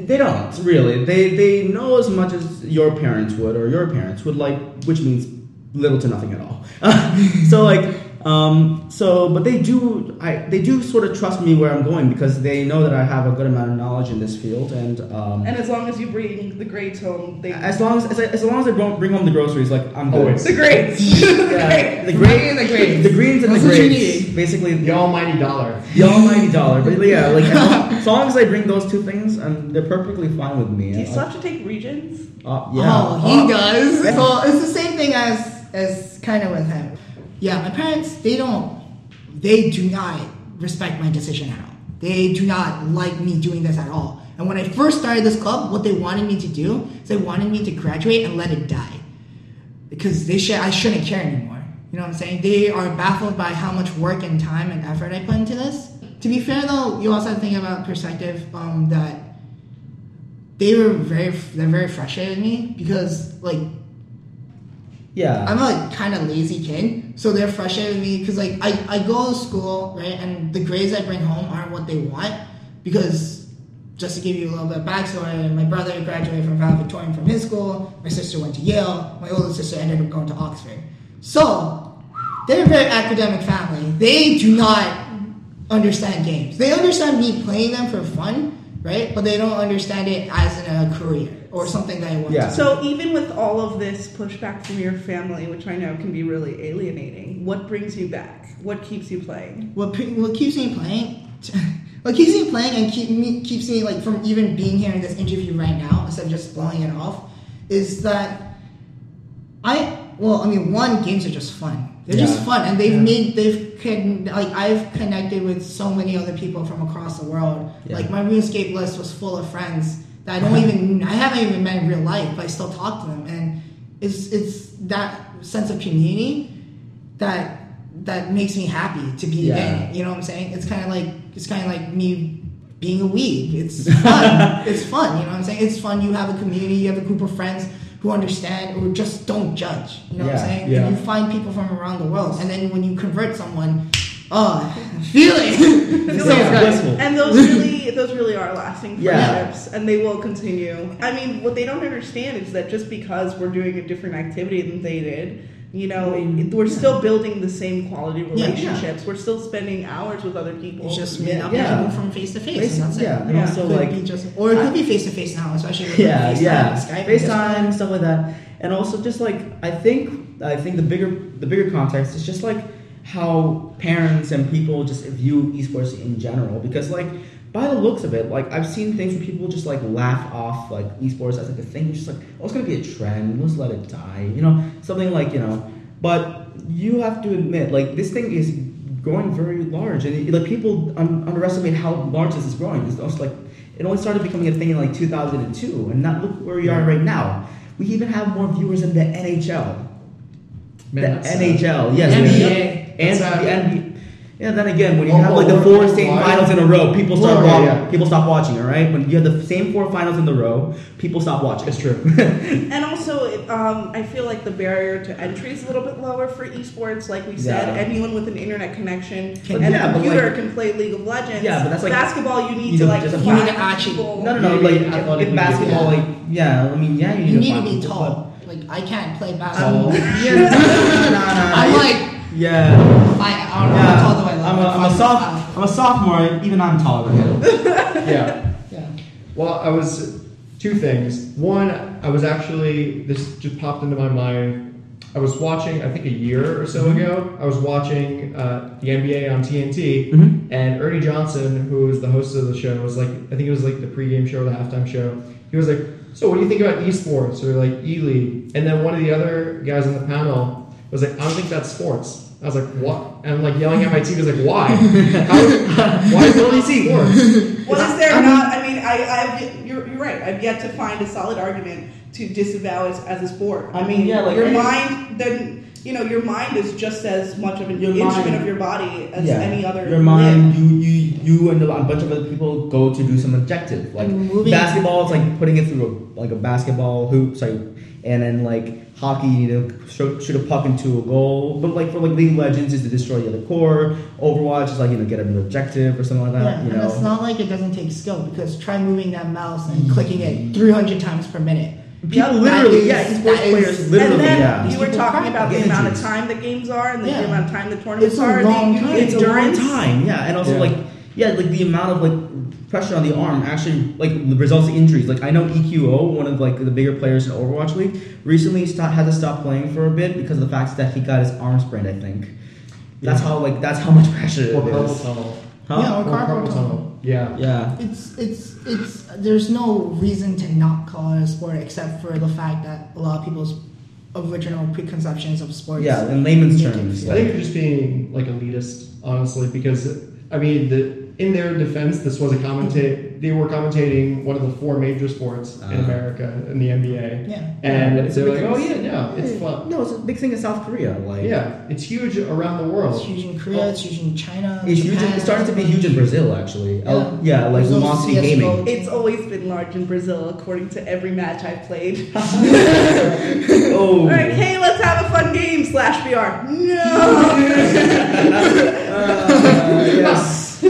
[SPEAKER 2] They don't really. They they know as much as your parents would or your parents would like, which means little to nothing at all. so like Um, so, but they do, I, they do sort of trust me where I'm going because they know that I have a good amount of knowledge in this field, and um,
[SPEAKER 4] And as long as you bring the grades home, they
[SPEAKER 2] as long as as, I, as long as I don't bring home the groceries, like I'm good.
[SPEAKER 1] Always.
[SPEAKER 4] the grades.
[SPEAKER 2] Yeah, the
[SPEAKER 4] the grades.
[SPEAKER 2] green,
[SPEAKER 4] the grades.
[SPEAKER 2] the greens, and
[SPEAKER 3] That's
[SPEAKER 2] the
[SPEAKER 3] what you
[SPEAKER 2] grapes. Basically,
[SPEAKER 1] The almighty dollar.
[SPEAKER 2] the almighty dollar. But yeah, like as long, as long as I bring those two things, um, they're perfectly fine with me.
[SPEAKER 4] Do you still
[SPEAKER 2] Uh,
[SPEAKER 4] have to take regions?
[SPEAKER 2] uh,
[SPEAKER 3] Oh, he
[SPEAKER 2] Uh,
[SPEAKER 3] does. So it's the same thing as as kind of with him. Yeah, my parents they don't they do not respect my decision at all. They do not like me doing this at all. And when I first started this club, what they wanted me to do is they wanted me to graduate and let it die. Because they should I shouldn't care anymore. You know what I'm saying? They are baffled by how much work and time and effort I put into this. To be fair though, you also have to think about perspective um, that they were very they're very frustrated with me because like
[SPEAKER 2] yeah.
[SPEAKER 3] I'm a kind of lazy kid, so they're frustrated with me because like I, I go to school right and the grades I bring home aren't what they want because just to give you a little bit of backstory, my brother graduated from valedictorian from his school, my sister went to Yale, my older sister ended up going to Oxford. So they're a very academic family. They do not understand games. They understand me playing them for fun, right? But they don't understand it as in a career or something that I want
[SPEAKER 2] Yeah.
[SPEAKER 3] to.
[SPEAKER 4] So even with all of this pushback from your family, which I know can be really alienating, what brings you back? What keeps you playing?
[SPEAKER 3] what pe- what keeps me playing what keeps me playing and keep me keeps me like from even being here in this interview right now instead of just blowing it off is that I well I mean one games are just fun they're just
[SPEAKER 2] Yeah.
[SPEAKER 3] fun and they've
[SPEAKER 1] Yeah.
[SPEAKER 3] made they've con- like I've connected with so many other people from across the world
[SPEAKER 2] Yeah.
[SPEAKER 3] like my RuneScape list was full of friends that I don't even I haven't even met in real life but I still talk to them and it's it's that sense of community that that makes me happy to be
[SPEAKER 2] Yeah.
[SPEAKER 3] in it. You know what I'm saying? It's kind of like it's kind of like me being a weed. It's fun. it's fun. You know what I'm saying? It's fun. You have a community. You have a group of friends who understand or just don't judge. You know what
[SPEAKER 2] Yeah,
[SPEAKER 3] I'm saying?
[SPEAKER 2] yeah.
[SPEAKER 3] And you find people from around the world, and then when you convert someone, oh, feel it.
[SPEAKER 2] It's
[SPEAKER 3] It's
[SPEAKER 2] like
[SPEAKER 3] so good.
[SPEAKER 2] blissful.
[SPEAKER 4] And those really, those really are lasting
[SPEAKER 2] Yeah.
[SPEAKER 4] friendships, and they will continue. I mean, what they don't understand is that just because we're doing a different activity than they did, you know, it- we're still building the same quality
[SPEAKER 3] yeah.
[SPEAKER 4] relationships. We're still spending hours with other people.
[SPEAKER 3] It's just made up
[SPEAKER 2] Yeah.
[SPEAKER 3] people from face to face. and
[SPEAKER 2] Basi-
[SPEAKER 3] that's it.
[SPEAKER 2] yeah, and
[SPEAKER 4] Yeah.
[SPEAKER 2] also
[SPEAKER 3] Could
[SPEAKER 2] like
[SPEAKER 3] be just, or it could be face to face now, especially with
[SPEAKER 2] yeah,
[SPEAKER 3] FaceTime,
[SPEAKER 2] yeah,
[SPEAKER 3] Skype, and just-
[SPEAKER 2] FaceTime stuff like that, and also just like I think I think the bigger the bigger context is just like how parents and people just view esports in general because like by the looks of it, like I've seen things where people just like laugh off like esports as like a thing, just like oh it's gonna be a trend, we'll just let it die, you know, something like you know, but you have to admit like this thing is growing very large and like people un- underestimate how large this is growing it's also like it only started becoming a thing in like 2002 and not look where we are right now we even have more viewers than the nhl
[SPEAKER 1] Man,
[SPEAKER 2] the
[SPEAKER 1] that's, uh,
[SPEAKER 2] nhl yes
[SPEAKER 3] NBA.
[SPEAKER 1] That's,
[SPEAKER 2] and
[SPEAKER 1] uh,
[SPEAKER 2] the NBA. yeah then again when you
[SPEAKER 1] Oh,
[SPEAKER 2] have like the
[SPEAKER 1] oh,
[SPEAKER 2] four
[SPEAKER 1] oh,
[SPEAKER 2] same
[SPEAKER 1] why?
[SPEAKER 2] finals in a row people start
[SPEAKER 1] Oh, yeah,
[SPEAKER 2] wa-
[SPEAKER 1] yeah.
[SPEAKER 2] people stop watching all right when you have the same four finals in the row people stop watching
[SPEAKER 1] It's true.
[SPEAKER 4] And also, it, um, I feel like the barrier to entry is a little bit lower for esports. Like we said,
[SPEAKER 2] Yeah.
[SPEAKER 4] anyone with an internet connection
[SPEAKER 2] But
[SPEAKER 4] and
[SPEAKER 2] yeah,
[SPEAKER 4] a
[SPEAKER 2] but
[SPEAKER 4] computer
[SPEAKER 2] like-
[SPEAKER 4] can play League of Legends.
[SPEAKER 2] Yeah, but that's like-
[SPEAKER 4] basketball. You need
[SPEAKER 2] you
[SPEAKER 4] to
[SPEAKER 2] don't
[SPEAKER 4] like
[SPEAKER 2] just-
[SPEAKER 3] You need to
[SPEAKER 4] find
[SPEAKER 3] actually-
[SPEAKER 4] people.
[SPEAKER 2] no no no
[SPEAKER 1] Maybe
[SPEAKER 2] like
[SPEAKER 1] athletic
[SPEAKER 2] in
[SPEAKER 1] media.
[SPEAKER 2] basketball like yeah i mean yeah you need,
[SPEAKER 3] You
[SPEAKER 2] a
[SPEAKER 3] need to
[SPEAKER 2] platform,
[SPEAKER 3] be tall. Like I can't play basketball.
[SPEAKER 2] Yeah. Nah, nah, nah.
[SPEAKER 3] I'm like
[SPEAKER 2] yeah.
[SPEAKER 3] I, I don't know
[SPEAKER 2] yeah.
[SPEAKER 3] how tall do I look?
[SPEAKER 2] I'm a,
[SPEAKER 3] Like
[SPEAKER 2] I'm a
[SPEAKER 3] five
[SPEAKER 2] soft, I'm a sophomore. Even I'm taller than him.
[SPEAKER 1] yeah.
[SPEAKER 3] five. Yeah.
[SPEAKER 1] Well, I was two things. One, I was actually this just popped into my mind. I was watching, I think a year or so ago, I was watching uh, the NBA on TNT,
[SPEAKER 2] Mhm.
[SPEAKER 1] and Ernie Johnson, who was the host of the show, was like, I think it was like the pregame show or the halftime show. He was like, "So, what do you think about esports or like e league?" And then one of the other guys on the panel was like, "I don't think that's sports." I was like, "What?" And I'm like yelling at my TV, I was like, "Why? How, why is it only sports?"
[SPEAKER 4] Well, is there not? I mean, I, I've, you're, you're right. I've yet to find a solid argument to disavow it as a sport.
[SPEAKER 2] I mean, yeah, like-
[SPEAKER 4] your
[SPEAKER 2] I mean-
[SPEAKER 4] mind. Then you know, your mind is just as much of an
[SPEAKER 2] Your
[SPEAKER 4] instrument
[SPEAKER 2] mind-
[SPEAKER 4] of your body as any other.
[SPEAKER 2] Your mind, you, you, you, and a lot- a bunch of other people go to do some objective. Like
[SPEAKER 3] Moving-
[SPEAKER 2] basketball, it's like putting it through a, like a basketball hoop. Sorry, and then like hockey, you know, shoot, shoot a puck into a goal. But like for like League of Legends, is to destroy the other core. Overwatch is like you know get an objective or something like that.
[SPEAKER 3] yeah.
[SPEAKER 2] you
[SPEAKER 3] And
[SPEAKER 2] know.
[SPEAKER 3] it's not like it doesn't take skill because try moving that mouse and clicking it 300 times per minute.
[SPEAKER 2] People
[SPEAKER 3] Yep, that
[SPEAKER 2] literally,
[SPEAKER 3] is-
[SPEAKER 2] yeah, esports
[SPEAKER 3] that is-
[SPEAKER 2] players
[SPEAKER 3] and
[SPEAKER 2] literally,
[SPEAKER 4] and then
[SPEAKER 2] yeah.
[SPEAKER 4] you were
[SPEAKER 3] People
[SPEAKER 4] talking
[SPEAKER 3] cry
[SPEAKER 4] about the
[SPEAKER 2] get
[SPEAKER 4] amount of
[SPEAKER 2] injuries.
[SPEAKER 4] time the games are and the
[SPEAKER 3] Yeah.
[SPEAKER 4] amount of time the tournaments
[SPEAKER 2] It's a
[SPEAKER 4] are.
[SPEAKER 2] long
[SPEAKER 4] the,
[SPEAKER 2] time. It's a long
[SPEAKER 4] endurance.
[SPEAKER 2] time. Yeah, and also
[SPEAKER 1] Yeah.
[SPEAKER 2] like yeah, like the amount of like pressure on the arm actually like results in injuries. Like I know EQO, one of like the bigger players in Overwatch League, recently sto- had to stop playing for a bit because of the fact that he got his arm sprained. I think that's
[SPEAKER 1] Yeah.
[SPEAKER 2] how like that's how much pressure it
[SPEAKER 1] Or purple
[SPEAKER 2] is.
[SPEAKER 1] tunnel.
[SPEAKER 2] Huh?
[SPEAKER 3] Or
[SPEAKER 1] Or
[SPEAKER 3] carpal
[SPEAKER 1] purple
[SPEAKER 3] tunnel.
[SPEAKER 1] tunnel. Yeah.
[SPEAKER 2] Yeah.
[SPEAKER 3] It's it's it's. There's no reason to not call it a sport except for the fact that a lot of people's original preconceptions of sports.
[SPEAKER 2] Yeah, in layman's terms.
[SPEAKER 1] I think they're just being like elitist, honestly, because I mean, the, in their defense, this was a commentate. They were commentating one of the four major sports in
[SPEAKER 2] Ah.
[SPEAKER 1] America in the NBA,
[SPEAKER 3] Yeah.
[SPEAKER 1] and
[SPEAKER 2] It's a
[SPEAKER 1] they're like,
[SPEAKER 2] big
[SPEAKER 1] "Oh yeah,
[SPEAKER 2] thing.
[SPEAKER 1] no, it's fun.
[SPEAKER 2] No, it's a big thing in South Korea. Like
[SPEAKER 1] Yeah, it's huge around the
[SPEAKER 3] It's
[SPEAKER 1] world."
[SPEAKER 3] huge in Korea. It's huge in China.
[SPEAKER 2] It's, huge,
[SPEAKER 3] Japan,
[SPEAKER 2] it's starting to be huge in Brazil, actually. Yeah, yeah like
[SPEAKER 3] Brazil's
[SPEAKER 2] Lumosity
[SPEAKER 3] CS:GO.
[SPEAKER 2] Gaming.
[SPEAKER 4] It's always been large in Brazil, according to every match I've played.
[SPEAKER 2] oh,
[SPEAKER 4] All right, hey, let's have a fun game slash VR. No.
[SPEAKER 2] Uh, yes.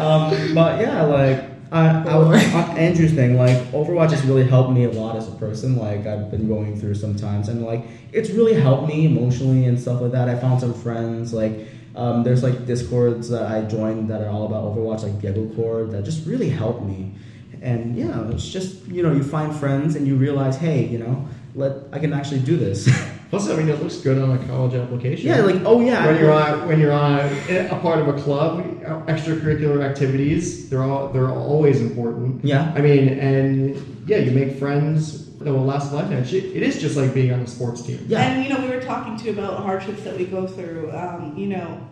[SPEAKER 2] um, but yeah, like I, I was on Andrew's thing. Like Overwatch has really helped me a lot as a person. Like I've been going through sometimes, and like it's really helped me emotionally and stuff like that. I found some friends. Like um, there's like discords that I joined that are all about Overwatch, like Diego Cord, that just really helped me. And yeah, it's just you know you find friends and you realize, hey, you know, let I can actually do this.
[SPEAKER 1] Plus, I mean, it looks good on a college application.
[SPEAKER 2] yeah, like oh yeah,
[SPEAKER 1] when you're on when you're on a, a part of a club, extracurricular activities they're all they're always important.
[SPEAKER 2] yeah.
[SPEAKER 1] I mean, and yeah, you make friends that will last a lifetime. It it is just like being on a sports team.
[SPEAKER 2] Yeah.
[SPEAKER 4] And you know, we were talking too about hardships that we go through. Um, you know,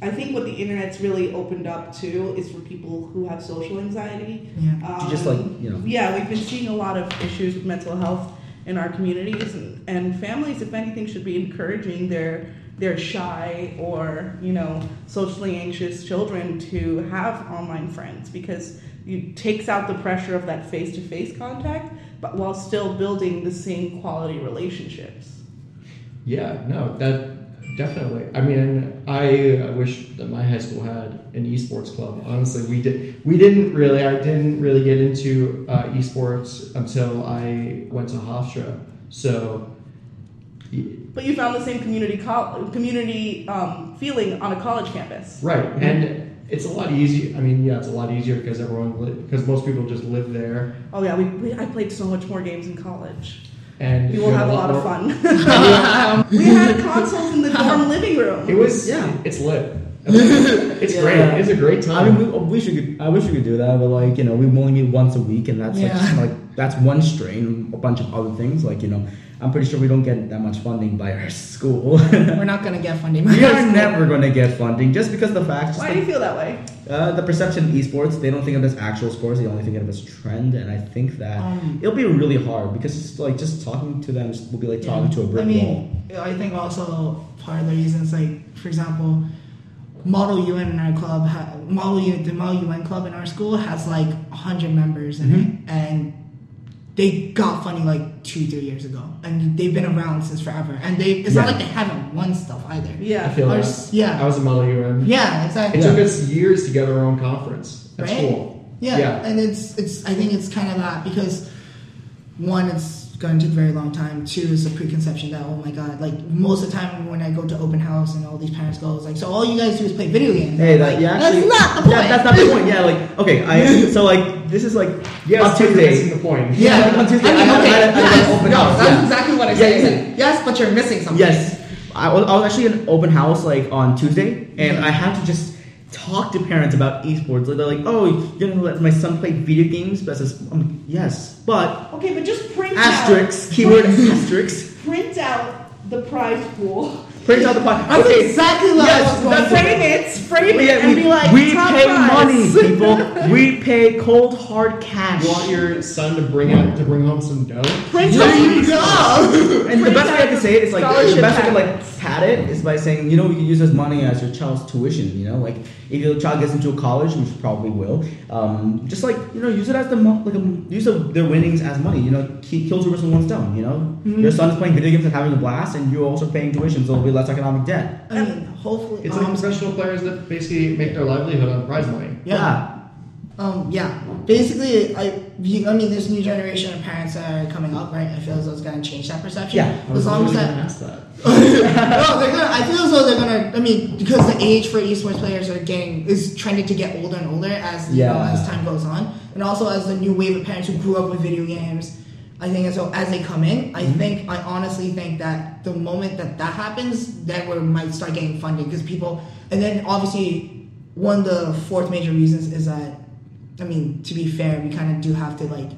[SPEAKER 4] I think what the internet's really opened up to is for people who have social anxiety.
[SPEAKER 3] Yeah.
[SPEAKER 4] Um,
[SPEAKER 2] Just like, you know.
[SPEAKER 4] Yeah, we've been seeing a lot of issues with mental health in our communities and, and families. If anything, should be encouraging their their shy or you know socially anxious children to have online friends because it takes out the pressure of that face to face contact, but while still building the same quality relationships.
[SPEAKER 1] Yeah, no, that definitely. I mean, I, I wish that my high school had an esports club. Honestly, we did. We didn't really. I didn't really get into uh, esports until I went to Hofstra. So. y-
[SPEAKER 4] But you found the same community col- community um, feeling on a college campus.
[SPEAKER 1] Right, and it's a lot easier. I mean, yeah, it's a lot easier because everyone because most people just live there,
[SPEAKER 4] Oh yeah, we, we I played so much more games in college.
[SPEAKER 1] and
[SPEAKER 4] You will have a lot of fun.
[SPEAKER 1] fun.
[SPEAKER 4] we had consoles in the dorm living room.
[SPEAKER 1] it was
[SPEAKER 2] Yeah.
[SPEAKER 1] yeah, it's lit. It's
[SPEAKER 2] Yeah.
[SPEAKER 1] great. It's a great
[SPEAKER 2] I
[SPEAKER 1] time.
[SPEAKER 2] mean, we, we should. I wish we could do that, but like you know, we only meet once a week, and that's like,
[SPEAKER 3] Yeah.
[SPEAKER 2] just, like that's one strain. A bunch of other things, like you know, I'm pretty sure we don't get that much funding by our school.
[SPEAKER 3] We're not gonna get funding.
[SPEAKER 2] we are never going to get funding just because the fact, just
[SPEAKER 4] Why do you
[SPEAKER 2] like,
[SPEAKER 4] feel that way?
[SPEAKER 2] uh, the perception of esports, they don't think of it as actual sports. They only think of it as trend, and I think that
[SPEAKER 3] Um,
[SPEAKER 2] it'll be really hard because like just talking to them will be like talking to a brick
[SPEAKER 3] I mean,
[SPEAKER 2] wall.
[SPEAKER 3] I think also part of the reason is like, for example, Model UN in our club, ha- Model UN, the Model UN club in our school has like 100 members in
[SPEAKER 2] Mm-hmm.
[SPEAKER 3] it, and they got funding like two, three years ago, and they've been around since forever. And they, it's
[SPEAKER 2] Yeah.
[SPEAKER 3] not like they haven't won stuff either.
[SPEAKER 1] I
[SPEAKER 4] Yeah.
[SPEAKER 1] feel
[SPEAKER 3] Or
[SPEAKER 1] that.
[SPEAKER 3] s- yeah.
[SPEAKER 1] I was a model UM.
[SPEAKER 3] Yeah, exactly.
[SPEAKER 1] It took us years to get our own conference. That's
[SPEAKER 3] Right?
[SPEAKER 1] cool.
[SPEAKER 3] Yeah.
[SPEAKER 1] Yeah.
[SPEAKER 3] and it's it's I think it's kind of that because one, it's going to take a very long time. Two, is a preconception that oh my god, like most of the time when I go to open house and all these parents go, it's like so all you guys do is play video games.
[SPEAKER 2] Hey, that,
[SPEAKER 3] Like,
[SPEAKER 2] yeah, actually,
[SPEAKER 3] that's not the point.
[SPEAKER 2] Yeah, that's not the point. Yeah, like okay, I so like this is like
[SPEAKER 1] Yes,
[SPEAKER 2] on
[SPEAKER 1] but you're
[SPEAKER 2] Tuesday.
[SPEAKER 1] missing the point.
[SPEAKER 2] Yeah, like on Tuesday,
[SPEAKER 3] I mean,
[SPEAKER 2] I had-
[SPEAKER 3] okay,
[SPEAKER 2] I had- I had
[SPEAKER 3] yes,
[SPEAKER 2] an open
[SPEAKER 3] no,
[SPEAKER 2] house,
[SPEAKER 3] that's
[SPEAKER 2] yeah.
[SPEAKER 3] exactly what I
[SPEAKER 2] Yeah,
[SPEAKER 3] said.
[SPEAKER 2] yeah.
[SPEAKER 3] I said, Yes, but you're missing something.
[SPEAKER 2] Yes, I was, I was actually in open house like on Tuesday, and I had to just talk to parents about esports. Like, they're like, "Oh, you're gonna let my son play video games?" But I says, um, "Yes, but
[SPEAKER 4] Okay, but just print
[SPEAKER 2] asterisk
[SPEAKER 4] out
[SPEAKER 2] keyword
[SPEAKER 4] print,
[SPEAKER 2] asterisk
[SPEAKER 4] print out the prize pool.
[SPEAKER 2] print out the pot."
[SPEAKER 3] That's
[SPEAKER 2] okay,
[SPEAKER 3] exactly what
[SPEAKER 2] yes,
[SPEAKER 3] I was going
[SPEAKER 2] that's
[SPEAKER 3] to
[SPEAKER 4] Frame it, frame it,
[SPEAKER 2] yeah,
[SPEAKER 4] and
[SPEAKER 2] we,
[SPEAKER 4] be like,
[SPEAKER 2] we
[SPEAKER 4] top
[SPEAKER 2] pay
[SPEAKER 4] prize.
[SPEAKER 2] money, people. we pay cold hard cash.
[SPEAKER 1] You want your son to bring out to bring home some dough?
[SPEAKER 4] Print
[SPEAKER 3] There
[SPEAKER 4] out-
[SPEAKER 3] you go.
[SPEAKER 2] And the
[SPEAKER 4] Pretty
[SPEAKER 2] best way I
[SPEAKER 4] much
[SPEAKER 2] can say it is like the
[SPEAKER 4] scholarship
[SPEAKER 2] best way I can like
[SPEAKER 4] packets.
[SPEAKER 2] pat it is by saying you know we can use this money as your child's tuition. You know, like if your child gets into a college, which probably will, um, just like you know use it as the mo- like um, use of their winnings as money. You know, ki- kill two birds with one stone. You know, your son's playing video games and having a blast, and you're also paying tuition, so it'll be less economic debt.
[SPEAKER 3] I mean, hopefully,
[SPEAKER 1] It's
[SPEAKER 3] um,
[SPEAKER 1] like professional players that basically make their livelihood on prize money.
[SPEAKER 3] yeah. Um, yeah. Basically, I, you, I mean, this new generation of parents that are coming up, right? I feel as though it's gonna change that perception.
[SPEAKER 2] Yeah, I
[SPEAKER 3] As
[SPEAKER 2] was
[SPEAKER 3] long as
[SPEAKER 2] literally
[SPEAKER 3] that
[SPEAKER 2] gonna ask that.
[SPEAKER 3] no, they're gonna. I feel as though they're gonna. I mean, because the age for esports players are getting is trending to get older and older as you know
[SPEAKER 2] Yeah.
[SPEAKER 3] as time goes on, and also as the new wave of parents who grew up with video games. I think as as they come in,
[SPEAKER 2] Mm-hmm.
[SPEAKER 3] I think I honestly think that the moment that that happens, that we might start getting funding because people, and then obviously one of the fourth major reasons is that, I mean, to be fair, we kind of do have to like,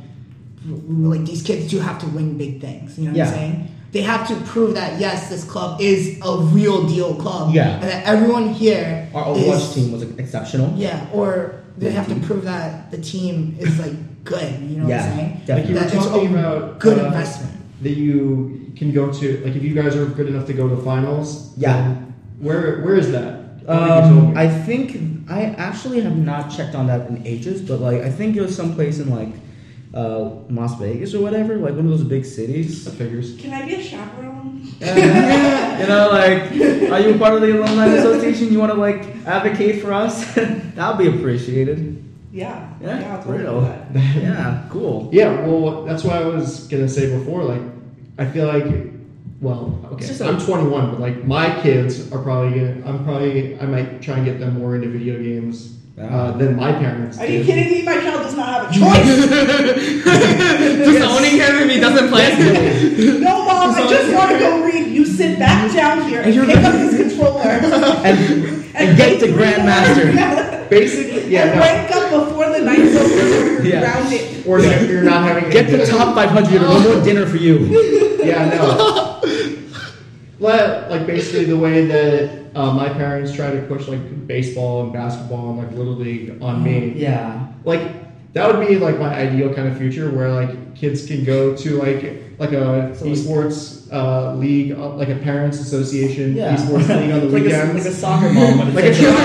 [SPEAKER 3] w- like these kids do have to win big things. You know what
[SPEAKER 2] Yeah.
[SPEAKER 3] I'm saying? They have to prove that yes, this club is a real deal club.
[SPEAKER 2] Yeah.
[SPEAKER 3] And that everyone here
[SPEAKER 2] Our
[SPEAKER 3] is-
[SPEAKER 2] Overwatch team was exceptional.
[SPEAKER 3] Yeah, or they have to prove that the team is like good, you know
[SPEAKER 2] Yeah,
[SPEAKER 3] what I'm saying?
[SPEAKER 1] Like you
[SPEAKER 2] definitely.
[SPEAKER 1] were
[SPEAKER 3] That it's
[SPEAKER 1] talking
[SPEAKER 3] a
[SPEAKER 1] about
[SPEAKER 3] good
[SPEAKER 1] uh,
[SPEAKER 3] investment.
[SPEAKER 1] that you can go to. Like if you guys are good enough to go to finals,
[SPEAKER 2] Yeah.
[SPEAKER 1] then Where where is that? I think you told
[SPEAKER 2] Um,
[SPEAKER 1] me.
[SPEAKER 2] I think I actually have not checked on that in ages, but like I think it was someplace in like uh, Las Vegas or whatever, like one of those big cities.
[SPEAKER 1] that figures.
[SPEAKER 4] Can I be a chaperone?
[SPEAKER 2] yeah, you know, like are you part of the alumni association? You want to like advocate for us? that would be appreciated.
[SPEAKER 4] Yeah.
[SPEAKER 2] Yeah,
[SPEAKER 4] I'll totally do
[SPEAKER 2] real.
[SPEAKER 4] that.
[SPEAKER 2] Yeah, cool.
[SPEAKER 1] Yeah, well, that's what I was gonna say before. Like, I feel like, well, okay,
[SPEAKER 2] It's just
[SPEAKER 1] I'm
[SPEAKER 2] like-
[SPEAKER 1] 21, but like my kids are probably gonna. I'm probably I might try and get them more into video games uh, than my parents.
[SPEAKER 4] Are
[SPEAKER 1] did.
[SPEAKER 4] you kidding me? My child does not have a choice.
[SPEAKER 2] Disowning him if he doesn't play.
[SPEAKER 4] no, mom, I just want to go read. You sit back down here and
[SPEAKER 2] you're-
[SPEAKER 4] pick up this controller
[SPEAKER 2] and, and get the grandmaster.
[SPEAKER 4] Yeah.
[SPEAKER 1] Basically,
[SPEAKER 4] and
[SPEAKER 1] yeah.
[SPEAKER 4] wake up before the night's over.
[SPEAKER 2] Yeah.
[SPEAKER 4] Round it.
[SPEAKER 1] No, or that you're not having
[SPEAKER 2] Get
[SPEAKER 1] any
[SPEAKER 2] the top 500. No more dinner for you.
[SPEAKER 1] Yeah, no. Let, like basically the way that uh, my parents try to push like baseball and basketball and like little league on me.
[SPEAKER 2] Yeah.
[SPEAKER 1] Like that would be like my ideal kind of future where like kids can go to like like a
[SPEAKER 2] So, like-
[SPEAKER 1] esports uh, league, uh, like a parents association
[SPEAKER 2] Yeah.
[SPEAKER 1] esports league on the
[SPEAKER 2] Like a,
[SPEAKER 1] weekends.
[SPEAKER 2] like a soccer mom. but it's
[SPEAKER 1] Like a
[SPEAKER 2] like-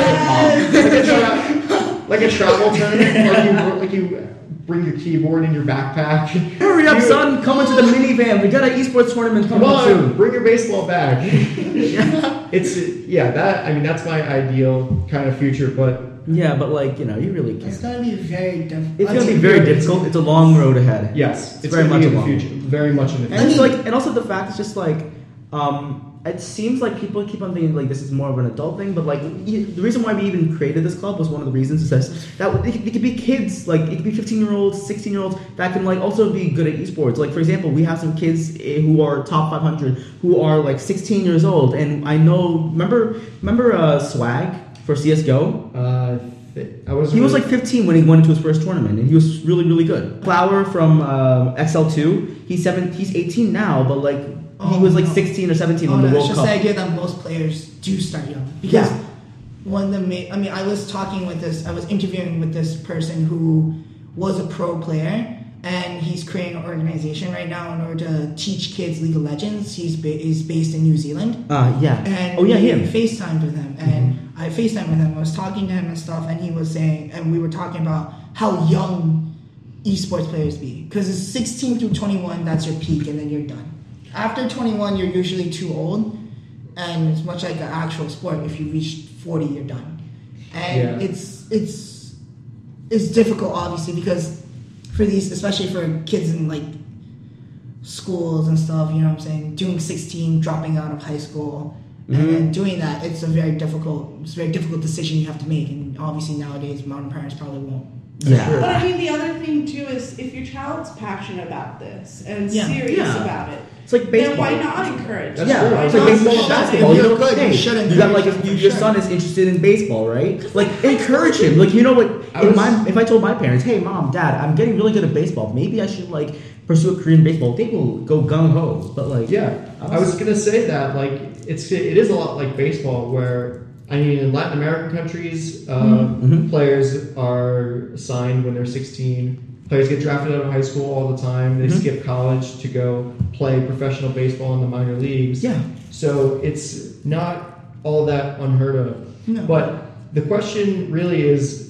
[SPEAKER 1] travel, like a, tra- like a travel tournament, like you, like you bring your keyboard in your backpack.
[SPEAKER 2] Hurry up,
[SPEAKER 1] You-
[SPEAKER 2] son! Come into the minivan. We got an esports tournament
[SPEAKER 1] Come
[SPEAKER 2] coming up
[SPEAKER 1] on,
[SPEAKER 2] soon.
[SPEAKER 1] bring your baseball back. it's yeah, that I mean that's my ideal kind of future, but
[SPEAKER 2] Yeah, but like you know, you really can't. It's
[SPEAKER 3] It's gonna be very different.
[SPEAKER 2] gonna be very difficult. It's a long road ahead.
[SPEAKER 1] yes, it's,
[SPEAKER 2] It's very
[SPEAKER 1] gonna
[SPEAKER 2] much
[SPEAKER 1] be
[SPEAKER 2] a
[SPEAKER 1] in the
[SPEAKER 2] long-
[SPEAKER 1] future, very much in the
[SPEAKER 2] and
[SPEAKER 1] future.
[SPEAKER 2] it's like, and also the fact is just like, um, it seems like people keep on thinking like this is more of an adult thing, but like you, the reason why we even created this club was one of the reasons is that that it, could- it could be kids, like it could be fifteen year olds, sixteen year olds that can like also be good at esports. Like for example, we have some kids eh, who are top five hundred who are like sixteen years old, and I know remember remember uh, Swag for CS:GO.
[SPEAKER 1] Uh, th- I was
[SPEAKER 2] He was like 15 when he went into his first tournament, and he was really, really good. Flower from um, XL2, he's seven, he's 18 now, but like he
[SPEAKER 3] Oh,
[SPEAKER 2] was like
[SPEAKER 3] no.
[SPEAKER 2] 16 or 17
[SPEAKER 3] Oh,
[SPEAKER 2] when
[SPEAKER 3] no,
[SPEAKER 2] the
[SPEAKER 3] it's
[SPEAKER 2] World
[SPEAKER 3] just
[SPEAKER 2] Cup.
[SPEAKER 3] the idea that most players do start young because
[SPEAKER 2] Yeah.
[SPEAKER 3] one of the ma- I mean I was talking with this I was interviewing with this person who was a pro player and he's creating an organization right now in order to teach kids League of Legends. He's ba- is based in New Zealand
[SPEAKER 2] uh, yeah.
[SPEAKER 3] and
[SPEAKER 2] oh yeah,
[SPEAKER 3] we
[SPEAKER 2] him. Mm-hmm.
[SPEAKER 3] FaceTimed with him, and I FaceTimed with him. I was talking to him and stuff, and he was saying, and we were talking about how young esports players be because it's 16 through 21. That's your peak, and then you're done. After 21, you're usually too old, and it's much like an actual sport. If you reach 40, you're done, and
[SPEAKER 1] Yeah.
[SPEAKER 3] it's it's it's difficult, obviously, because for these, especially for kids in like schools and stuff, you know what I'm saying? Doing 16, dropping out of high school, and then doing that, it's a very difficult, it's a very difficult decision you have to make. And obviously nowadays, mountain parents probably won't.
[SPEAKER 2] Yeah.
[SPEAKER 4] But I mean, the other thing too is if your child's passionate about this and
[SPEAKER 3] Yeah.
[SPEAKER 4] serious
[SPEAKER 2] Yeah.
[SPEAKER 4] about it,
[SPEAKER 2] It's like
[SPEAKER 4] then
[SPEAKER 2] baseball.
[SPEAKER 4] why not encourage?
[SPEAKER 1] That's
[SPEAKER 4] them?
[SPEAKER 1] true.
[SPEAKER 4] Why
[SPEAKER 2] Yeah, it's
[SPEAKER 4] not
[SPEAKER 2] like baseball
[SPEAKER 4] show
[SPEAKER 2] and
[SPEAKER 4] them?
[SPEAKER 2] basketball.
[SPEAKER 3] If
[SPEAKER 2] You
[SPEAKER 3] you're
[SPEAKER 2] know,
[SPEAKER 3] good, you
[SPEAKER 2] hey,
[SPEAKER 3] should
[SPEAKER 2] you got like
[SPEAKER 3] encourage
[SPEAKER 2] if
[SPEAKER 3] them
[SPEAKER 2] you-
[SPEAKER 3] for
[SPEAKER 2] your
[SPEAKER 3] sure.
[SPEAKER 2] son is interested in baseball, right? Like encourage him. Like you know what?
[SPEAKER 1] I
[SPEAKER 2] If
[SPEAKER 1] was-
[SPEAKER 2] my if I told my parents, hey mom, dad, I'm getting really good at baseball. Maybe I should like pursue a career in baseball. They will go gung ho. But like
[SPEAKER 1] yeah, I was gonna say that like it's it is a lot like baseball where I mean in Latin American countries uh,
[SPEAKER 2] Mhm.
[SPEAKER 1] players are signed when they're 16. Players get drafted out of high school all the time. They
[SPEAKER 2] Mhm.
[SPEAKER 1] skip college to go play professional baseball in the minor leagues.
[SPEAKER 2] yeah.
[SPEAKER 1] So it's not all that unheard of.
[SPEAKER 3] No.
[SPEAKER 1] But the question really is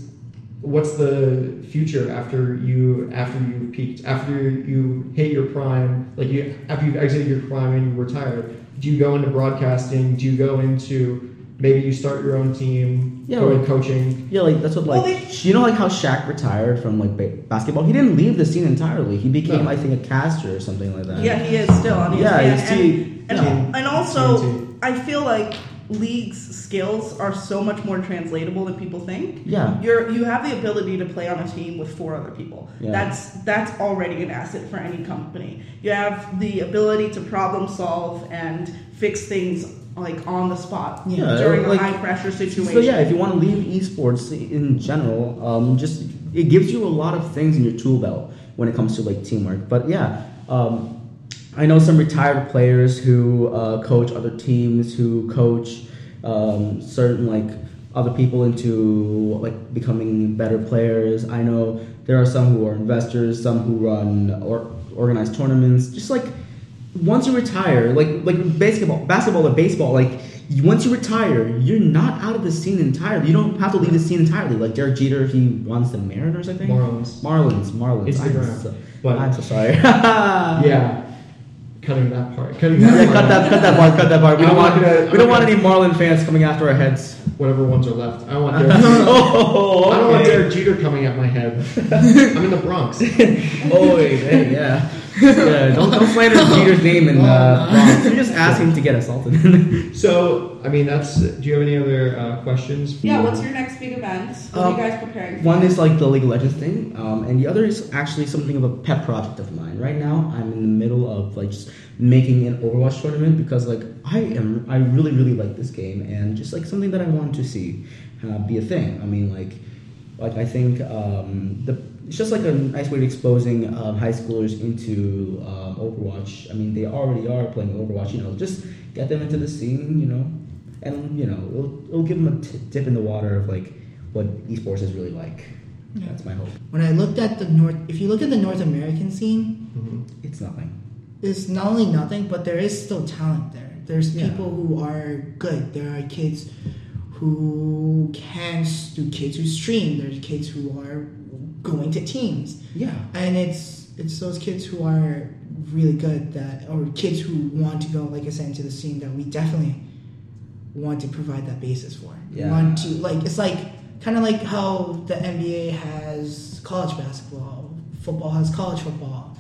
[SPEAKER 1] what's the future after you after you peaked after you hit your prime like you after you've exited your prime and you retired do you go into broadcasting do you go into Maybe you start your own team,
[SPEAKER 2] Yeah,
[SPEAKER 1] go in
[SPEAKER 2] like-
[SPEAKER 1] coaching.
[SPEAKER 2] Yeah, like that's what like
[SPEAKER 4] Well, they-
[SPEAKER 2] you know like how Shaq retired from like ba- basketball. He didn't leave the scene entirely. He became
[SPEAKER 1] No.
[SPEAKER 2] I think a caster or something like that.
[SPEAKER 4] Yeah, he is still on ESPN.
[SPEAKER 2] Yeah, he's T-
[SPEAKER 4] and, and,
[SPEAKER 1] yeah.
[SPEAKER 4] and also,
[SPEAKER 1] TNT.
[SPEAKER 4] I feel like leagues' skills are so much more translatable than people think.
[SPEAKER 2] Yeah.
[SPEAKER 4] You're you have the ability to play on a team with four other people.
[SPEAKER 2] Yeah.
[SPEAKER 4] That's that's already an asset for any company. You have the ability to problem solve and fix things like on the spot
[SPEAKER 2] Yeah,
[SPEAKER 4] during
[SPEAKER 2] like-
[SPEAKER 4] a high pressure situation.
[SPEAKER 2] So yeah, if you want to leave esports in general, um, just it gives you a lot of things in your tool belt when it comes to like teamwork. But yeah, um, I know some retired players who uh, coach other teams, who coach um, certain like other people into like becoming better players. I know there are some who are investors, some who run or organize tournaments. Just like once you retire, like like basketball, basketball or baseball, like you- once you retire, you're not out of the scene entirely. You don't have to leave the scene entirely. Like Derek Jeter, he runs the Mariners, I think.
[SPEAKER 1] Marlins.
[SPEAKER 2] Marlins, Marlins.
[SPEAKER 1] Instagram,
[SPEAKER 2] I'm so,
[SPEAKER 1] but-
[SPEAKER 2] I'm so sorry.
[SPEAKER 4] Uh,
[SPEAKER 2] yeah,
[SPEAKER 1] Yeah, cutting that part. Cutting that part.
[SPEAKER 2] cut that, cut that part, cut that part. We
[SPEAKER 1] I'm
[SPEAKER 2] don't want,
[SPEAKER 1] not gonna-
[SPEAKER 2] we don't want any Marlin fans coming after our heads.
[SPEAKER 1] Whatever ones are left. I want Derek.
[SPEAKER 2] Oh,
[SPEAKER 1] I don't want
[SPEAKER 2] okay.
[SPEAKER 1] Derek Jeter coming at my head. I'm in the Bronx.
[SPEAKER 2] Oh, hey, yeah. yeah. Don't don't slander Jeter's name and
[SPEAKER 1] Oh,
[SPEAKER 2] uh, you're just asking to get assaulted.
[SPEAKER 1] So, I mean, that's. Do you have any other uh, questions?
[SPEAKER 4] Yeah, what's your next big event? What are you guys preparing for?
[SPEAKER 2] Um, One is like the League of Legends thing, um, and the other is actually something of a pet project of mine. Right now, I'm in the middle of like just making an Overwatch tournament because like I am, I really really like this game, and just like something that I want to see uh, be a thing. I mean, like, like I think um, the it's just like a nice way to exposing um, high schoolers into um, Overwatch. I mean, they already are playing Overwatch. You know, just get them into the scene. You know, and you know, it'll, it'll give them a t- dip in the water of like what esports is really like.
[SPEAKER 3] Yeah.
[SPEAKER 2] That's my hope.
[SPEAKER 3] When I looked at the North, if you look at the North American scene,
[SPEAKER 1] Mhm.
[SPEAKER 2] It's nothing.
[SPEAKER 3] It's not only nothing, but there is still talent there. There's
[SPEAKER 2] Yeah.
[SPEAKER 3] people who are good. There are kids who can do kids who stream. There's kids who are going to teams,
[SPEAKER 2] Yeah.
[SPEAKER 3] and it's it's those kids who are really good that, or kids who want to go, like I said, into the scene that we definitely want to provide that basis for. We
[SPEAKER 2] Yeah.
[SPEAKER 3] Want to like it's like kind of like how the NBA has college basketball, football has college football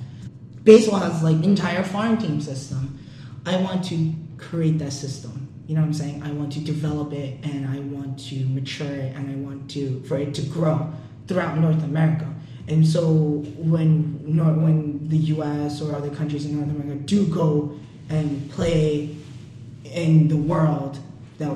[SPEAKER 3] baseball has like entire farm team system. I want to create that system. You know what I'm saying? I want to develop it and I want to mature it and I want to for it to grow throughout North America. And so when nor- when the U.S. or other countries in North America do go and play in the world, that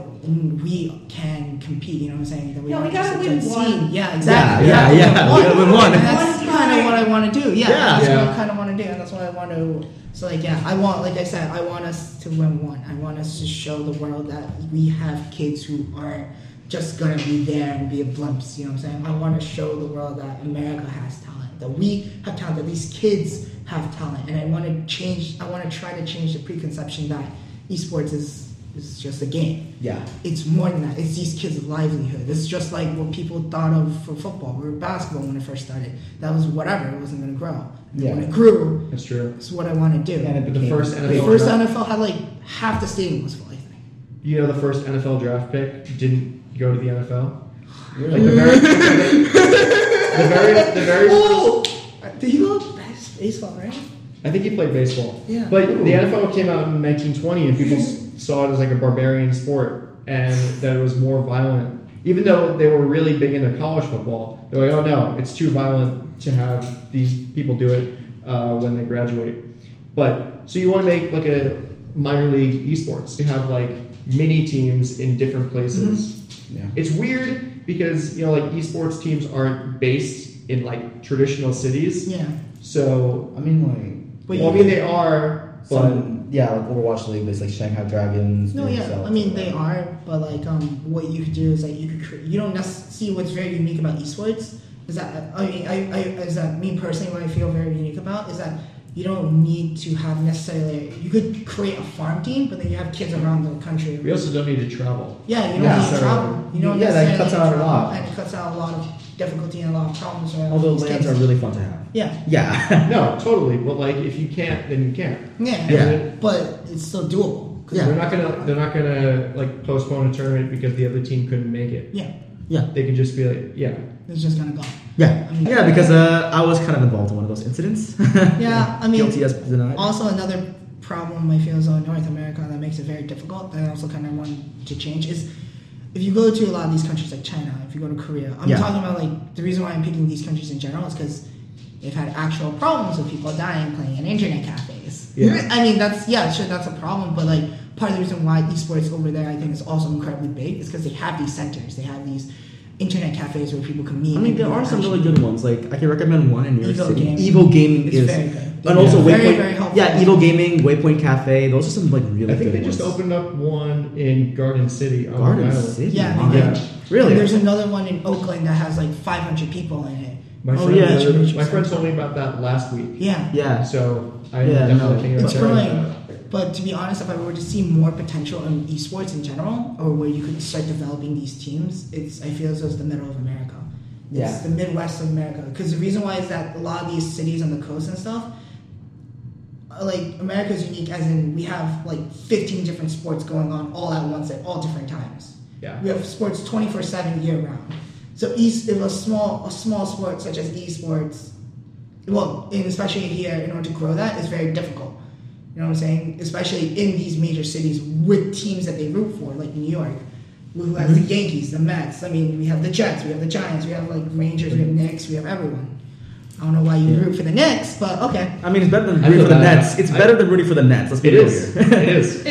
[SPEAKER 3] we can compete. You know what I'm saying? That
[SPEAKER 4] Yeah, we
[SPEAKER 3] aren't
[SPEAKER 4] gotta
[SPEAKER 3] just a
[SPEAKER 4] win
[SPEAKER 3] good
[SPEAKER 4] one.
[SPEAKER 3] scene. Yeah, exactly.
[SPEAKER 2] Yeah, yeah, yeah.
[SPEAKER 3] One.
[SPEAKER 2] We gotta win one.
[SPEAKER 3] And That's
[SPEAKER 4] One
[SPEAKER 3] kind of
[SPEAKER 4] time.
[SPEAKER 3] what I I want to do. Yeah,
[SPEAKER 2] Yeah.
[SPEAKER 3] that's what
[SPEAKER 1] Yeah.
[SPEAKER 3] I kind of want to do, and that's what I want to. So like, yeah, I want, like I said, I want us to win one. I want us to show the world that we have kids who aren't just gonna be there and be a blimps. You know what I'm saying? I want to show the world that America has talent, that we have talent, that these kids have talent, and I want to change. I want to try to change the preconception that esports is is just a game
[SPEAKER 2] Yeah.
[SPEAKER 3] it's more than that. It's these kids' livelihood. It's just like what people thought of for football or basketball when it first started. That was whatever. It wasn't going to grow. And then When
[SPEAKER 2] Yeah.
[SPEAKER 3] it grew,
[SPEAKER 1] That's true.
[SPEAKER 3] it's what I want to do.
[SPEAKER 2] And it
[SPEAKER 1] But the first
[SPEAKER 3] the
[SPEAKER 1] NFL
[SPEAKER 3] first
[SPEAKER 1] draft,
[SPEAKER 3] NFL had like half the stadium was full. I think.
[SPEAKER 1] you know, the first NFL draft pick didn't go to the NFL. Like
[SPEAKER 2] Really?
[SPEAKER 1] the very, the very, the very.
[SPEAKER 3] Oh, did he go best baseball? Right?
[SPEAKER 1] I think he played baseball.
[SPEAKER 3] Yeah.
[SPEAKER 1] But the NFL came out in 1920, and people s- saw it as like a barbarian sport, and that it was more violent. Even though they were really big into college football, they're like, "Oh no, it's too violent to have these people do it uh, when they graduate." But so you want to make like a minor league esports? You have like mini teams in different places.
[SPEAKER 2] Yeah.
[SPEAKER 1] It's weird because you know like esports teams aren't based in like traditional cities,
[SPEAKER 3] Yeah.
[SPEAKER 1] so
[SPEAKER 2] I mean, like.
[SPEAKER 3] But
[SPEAKER 1] well,
[SPEAKER 3] you-
[SPEAKER 1] I mean, they are, but
[SPEAKER 2] Some, yeah, like Overwatch League, there's like Shanghai Dragons.
[SPEAKER 3] No,
[SPEAKER 2] there's,
[SPEAKER 3] yeah.
[SPEAKER 2] uh,
[SPEAKER 3] I mean, they are, but like, um, what you could do is like you could cre- you don't nec- see what's very unique about esports is that I mean, I, I is that me personally what I feel very unique about is that you don't need to have necessarily you could create a farm team, but then you have kids around the country.
[SPEAKER 1] we also don't need to travel.
[SPEAKER 3] Yeah, you don't
[SPEAKER 2] Yeah,
[SPEAKER 3] need to
[SPEAKER 1] so-
[SPEAKER 3] travel. You don't
[SPEAKER 2] Yeah, that
[SPEAKER 3] necessarily
[SPEAKER 2] cuts
[SPEAKER 3] need to
[SPEAKER 2] out a
[SPEAKER 3] travel,
[SPEAKER 2] lot.
[SPEAKER 3] and it cuts out a lot of difficulty and a lot of problems. around
[SPEAKER 2] Although
[SPEAKER 3] these
[SPEAKER 2] lands
[SPEAKER 3] kids.
[SPEAKER 2] are really fun to have.
[SPEAKER 3] yeah,
[SPEAKER 2] Yeah.
[SPEAKER 1] No, totally. But like, if you can't, then you can't.
[SPEAKER 3] yeah,
[SPEAKER 2] Yeah.
[SPEAKER 3] but it's still doable.
[SPEAKER 1] 'Cause
[SPEAKER 2] Yeah.
[SPEAKER 1] They're not gonna they're not gonna like postpone a tournament because the other team couldn't make it.
[SPEAKER 3] Yeah,
[SPEAKER 1] They can just be like, yeah,
[SPEAKER 3] it's just gonna go.
[SPEAKER 2] Yeah,
[SPEAKER 3] I mean-
[SPEAKER 2] yeah, because uh, I was kind of involved in one of those incidents.
[SPEAKER 3] Yeah, I mean-
[SPEAKER 2] guilty as denied.
[SPEAKER 3] Also, another problem I feel is in North America that makes it very difficult. That I also kind of want to change is if you go to a lot of these countries like China, if you go to Korea, I'm
[SPEAKER 2] Yeah.
[SPEAKER 3] talking about like the reason why I'm picking these countries in general is because they've had actual problems with people dying playing in internet cafes.
[SPEAKER 2] Yeah.
[SPEAKER 3] I mean that's yeah, sure that's a problem, but like part of the reason why esports over there I think is also incredibly big is because they have these centers, they have these internet cafes where people can meet.
[SPEAKER 2] I mean,
[SPEAKER 3] and
[SPEAKER 2] there
[SPEAKER 3] people
[SPEAKER 2] are some
[SPEAKER 3] actually-
[SPEAKER 2] really good ones. Like I can recommend one in New York
[SPEAKER 3] Evo
[SPEAKER 2] City.
[SPEAKER 3] Gaming.
[SPEAKER 2] Evo Gaming
[SPEAKER 3] It's
[SPEAKER 2] is,
[SPEAKER 3] very good.
[SPEAKER 2] and
[SPEAKER 3] Yeah.
[SPEAKER 2] also
[SPEAKER 3] Very,
[SPEAKER 2] Waypoint.
[SPEAKER 3] very helpful.
[SPEAKER 2] yeah, Evo Gaming, Waypoint Cafe. Those are some like really
[SPEAKER 1] I think
[SPEAKER 2] good
[SPEAKER 1] they just
[SPEAKER 2] ones.
[SPEAKER 1] opened up one in Garden City on Long
[SPEAKER 2] Garden
[SPEAKER 1] Island.
[SPEAKER 2] City.
[SPEAKER 3] Yeah,
[SPEAKER 2] wow.
[SPEAKER 3] they
[SPEAKER 1] did.
[SPEAKER 2] Really?
[SPEAKER 3] And there's another one in Oakland that has like 500 people in it.
[SPEAKER 1] My
[SPEAKER 2] Oh,
[SPEAKER 1] friend,
[SPEAKER 2] yeah.
[SPEAKER 1] the other- my
[SPEAKER 3] Yeah.
[SPEAKER 1] friend told me about that last week.
[SPEAKER 3] Yeah.
[SPEAKER 2] yeah.
[SPEAKER 1] So I'm
[SPEAKER 2] Yeah,
[SPEAKER 1] definitely
[SPEAKER 2] no.
[SPEAKER 1] thinking about
[SPEAKER 3] It's
[SPEAKER 1] trying
[SPEAKER 3] growing.
[SPEAKER 1] that.
[SPEAKER 3] But to be honest, if I were to see more potential in esports in general, or where you could start developing these teams, it's I feel as though it's the middle of America.
[SPEAKER 2] Yeah.
[SPEAKER 3] It's the Midwest of America. Because the reason why is that a lot of these cities on the coast and stuff, uh, like America's unique as in we have like 15 different sports going on all at once at all different times.
[SPEAKER 1] Yeah.
[SPEAKER 3] We have sports 24 7 year round. So east, if a small a small sport such as esports, well, and especially here, in order to grow that is very difficult. You know what I'm saying? Especially in these major cities with teams that they root for, like New York, who has the
[SPEAKER 2] Mm-hmm.
[SPEAKER 3] Yankees, the Mets. I mean, we have the Jets, we have the Giants, we have like Rangers, we have Knicks, we have everyone. I don't know why you
[SPEAKER 2] Mm-hmm. Yeah.
[SPEAKER 3] root for the Knicks, but okay.
[SPEAKER 2] I mean, it's better than
[SPEAKER 1] I
[SPEAKER 2] rooting
[SPEAKER 1] feel
[SPEAKER 2] for the
[SPEAKER 1] bad.
[SPEAKER 2] Nets. It's
[SPEAKER 1] I-
[SPEAKER 2] better than rooting for the Nets. Let's be
[SPEAKER 1] It
[SPEAKER 2] real
[SPEAKER 1] is.
[SPEAKER 2] here.
[SPEAKER 1] It is.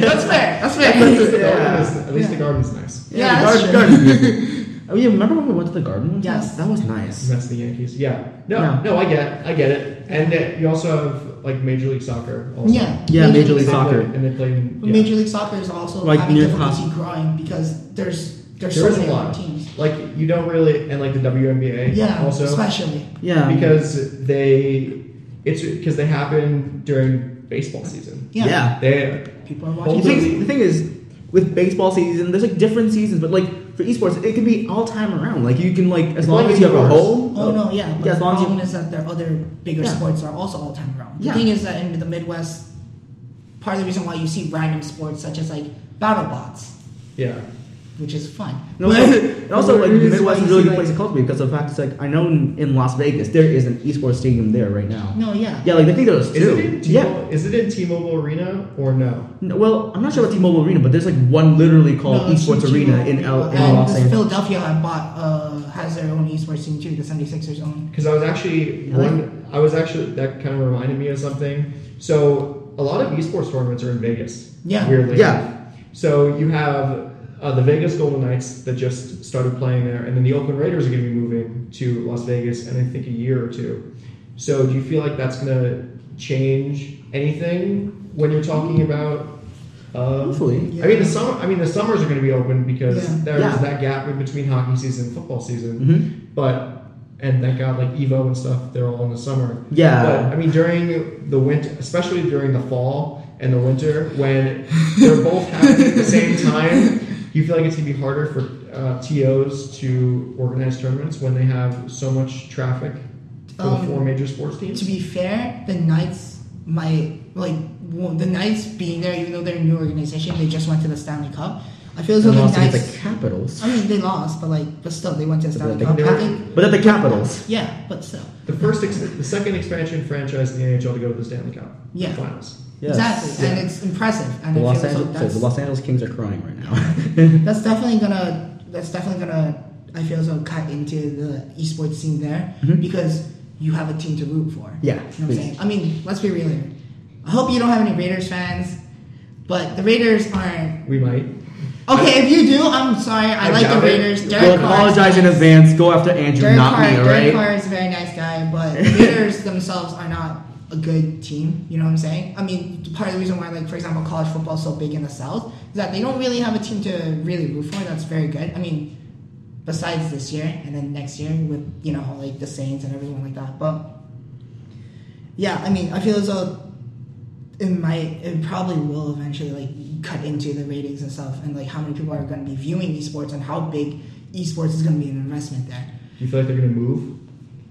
[SPEAKER 3] that's fair. That's
[SPEAKER 1] The
[SPEAKER 3] fair.
[SPEAKER 1] garden
[SPEAKER 2] Yeah.
[SPEAKER 1] is- At least the
[SPEAKER 3] Yeah.
[SPEAKER 1] garden's nice.
[SPEAKER 3] Yeah,
[SPEAKER 2] the
[SPEAKER 3] that's
[SPEAKER 2] garden. garden. oh yeah, remember when we went to the garden? one time?
[SPEAKER 3] Yes.
[SPEAKER 2] that was nice.
[SPEAKER 1] That's the Yankees. Yeah. No,
[SPEAKER 2] Yeah.
[SPEAKER 1] no, I get, I get it. And uh, you also have like Major League Soccer. Also.
[SPEAKER 3] Yeah.
[SPEAKER 2] Yeah, Major
[SPEAKER 1] They
[SPEAKER 2] League
[SPEAKER 1] play-
[SPEAKER 2] Soccer.
[SPEAKER 1] And they play. In,
[SPEAKER 3] But
[SPEAKER 1] yeah.
[SPEAKER 3] Major League Soccer is also
[SPEAKER 2] Like
[SPEAKER 3] having
[SPEAKER 2] near
[SPEAKER 3] difficulty
[SPEAKER 2] Cos-
[SPEAKER 3] growing because there's there's
[SPEAKER 1] There
[SPEAKER 3] so
[SPEAKER 1] is
[SPEAKER 3] many
[SPEAKER 1] a lot.
[SPEAKER 3] other teams.
[SPEAKER 1] Like you don't really, and like the WNBA.
[SPEAKER 3] Yeah,
[SPEAKER 1] Also.
[SPEAKER 3] especially.
[SPEAKER 2] Yeah,
[SPEAKER 1] Because they, it's because they happen during baseball season.
[SPEAKER 3] Yeah.
[SPEAKER 2] yeah.
[SPEAKER 1] They
[SPEAKER 3] People are
[SPEAKER 1] Well,
[SPEAKER 2] The
[SPEAKER 3] watching.
[SPEAKER 1] think-
[SPEAKER 2] thing, the thing is, with baseball season, there's like different seasons, but like for esports, it can be all time around. Like you can like as
[SPEAKER 1] It's
[SPEAKER 2] long
[SPEAKER 1] like
[SPEAKER 2] as you have a
[SPEAKER 1] indoors.
[SPEAKER 2] home.
[SPEAKER 3] Oh no, yeah. But
[SPEAKER 2] Yeah, as
[SPEAKER 3] the
[SPEAKER 2] long as you-
[SPEAKER 3] problem is that their other bigger
[SPEAKER 2] Yeah.
[SPEAKER 3] sports are also all time around. The
[SPEAKER 2] Yeah.
[SPEAKER 3] thing is that in the Midwest, part of the reason why you see random sports such as like battle bots,
[SPEAKER 1] yeah.
[SPEAKER 3] which is fun.
[SPEAKER 2] And also,
[SPEAKER 3] But-
[SPEAKER 2] and also, like
[SPEAKER 3] but
[SPEAKER 2] the
[SPEAKER 3] it is
[SPEAKER 2] Midwest
[SPEAKER 3] why
[SPEAKER 2] is a
[SPEAKER 3] you
[SPEAKER 2] really
[SPEAKER 3] see,
[SPEAKER 2] good place to
[SPEAKER 3] like-
[SPEAKER 2] cultivate because of the fact is like I know in, in Las Vegas there is an esports stadium there right now.
[SPEAKER 3] No, yeah.
[SPEAKER 2] Yeah, like I think there's
[SPEAKER 1] Is it,
[SPEAKER 2] two.
[SPEAKER 1] in T-
[SPEAKER 2] Yeah.
[SPEAKER 1] is it in T-Mobile Arena or no?
[SPEAKER 2] No, well, I'm not sure about T-Mobile Arena, but there's like one literally called
[SPEAKER 3] No,
[SPEAKER 2] esports
[SPEAKER 3] T-
[SPEAKER 2] arena
[SPEAKER 3] T-
[SPEAKER 2] in, L- in
[SPEAKER 3] and
[SPEAKER 2] Los
[SPEAKER 3] this
[SPEAKER 2] Angeles.
[SPEAKER 3] Philadelphia I bought uh, has their own esports team too, the 76ers own.
[SPEAKER 1] Because I was actually
[SPEAKER 2] I like-
[SPEAKER 1] one. I was actually that kind of reminded me of something. So a lot of esports tournaments are in Vegas.
[SPEAKER 3] Yeah.
[SPEAKER 1] Weirdly.
[SPEAKER 2] Yeah.
[SPEAKER 1] So you have uh, the Vegas Golden Knights that just started playing there, and then the Oakland Raiders are going to be moving to Las Vegas in I think a year or two. So do you feel like that's going to change anything when you're talking about? Um,
[SPEAKER 2] Hopefully.
[SPEAKER 1] I mean the summer. I mean the summers are going to be open because
[SPEAKER 3] Yeah.
[SPEAKER 1] there's
[SPEAKER 2] Yeah.
[SPEAKER 1] that gap in between hockey season and football season.
[SPEAKER 2] Mhm.
[SPEAKER 1] But and thank God, like Evo and stuff, they're all in the summer. But
[SPEAKER 2] Yeah.
[SPEAKER 1] I mean, during the winter, especially during the fall and the winter, when they're both happening at the same time, you feel like it's gonna be harder for uh, tos to organize tournaments when they have so much traffic for the
[SPEAKER 3] Um,
[SPEAKER 1] four major sports teams.
[SPEAKER 3] To be fair, the Knights, my like well, the Knights being there, even though they're a new organization, they just went to the Stanley Cup. I feel as though
[SPEAKER 2] And
[SPEAKER 3] the
[SPEAKER 2] Los Angeles,
[SPEAKER 3] Knights.
[SPEAKER 2] the Capitals.
[SPEAKER 3] I mean, they lost, but like, but still, they went to the Stanley
[SPEAKER 2] they-
[SPEAKER 3] Cup.
[SPEAKER 1] they
[SPEAKER 3] I
[SPEAKER 1] were-
[SPEAKER 3] think,
[SPEAKER 2] But at the Capitals.
[SPEAKER 3] yeah, but still,
[SPEAKER 1] The first, ex- the second expansion franchise in the NHL to go to the Stanley Cup
[SPEAKER 3] Yeah.
[SPEAKER 1] Finals.
[SPEAKER 2] Yes.
[SPEAKER 3] exactly, and
[SPEAKER 2] Yeah.
[SPEAKER 3] it's impressive. And
[SPEAKER 2] The
[SPEAKER 3] I
[SPEAKER 2] Los
[SPEAKER 3] feel as though
[SPEAKER 2] Angeles,
[SPEAKER 3] that's,
[SPEAKER 2] the Los Angeles Kings are crying right now.
[SPEAKER 3] that's definitely gonna that's definitely gonna I feel as though cut into the esports scene there because you have a team to root for.
[SPEAKER 2] Mm-hmm. Yeah,
[SPEAKER 3] you know what I'm
[SPEAKER 2] please.
[SPEAKER 3] saying. I mean, let's be real here. I hope you don't have any Raiders fans, but the Raiders aren't.
[SPEAKER 1] We might.
[SPEAKER 3] Okay, if you do, I'm sorry. I,
[SPEAKER 1] I
[SPEAKER 3] like the
[SPEAKER 1] doubt it.
[SPEAKER 3] Raiders. Derek
[SPEAKER 2] We'll
[SPEAKER 3] Carr is
[SPEAKER 2] apologize in
[SPEAKER 3] nice.
[SPEAKER 2] advance. Go after Andrew,
[SPEAKER 3] Derek
[SPEAKER 2] not
[SPEAKER 3] Carr,
[SPEAKER 2] me, all right?
[SPEAKER 3] Derek Carr is a very nice guy, but the Raiders themselves are not a good team. You know what I'm saying? I mean, part of the reason why, like for example, college football is so big in the South is that they don't really have a team to really root for. That's very good. I mean, besides this year and then next year with you know like the Saints and everyone like that. But yeah, I mean, I feel as though it might, it probably will eventually like cut into the ratings and stuff, and like how many people are going to be viewing esports and how big esports is going to be an investment there.
[SPEAKER 1] You feel like they're gonna move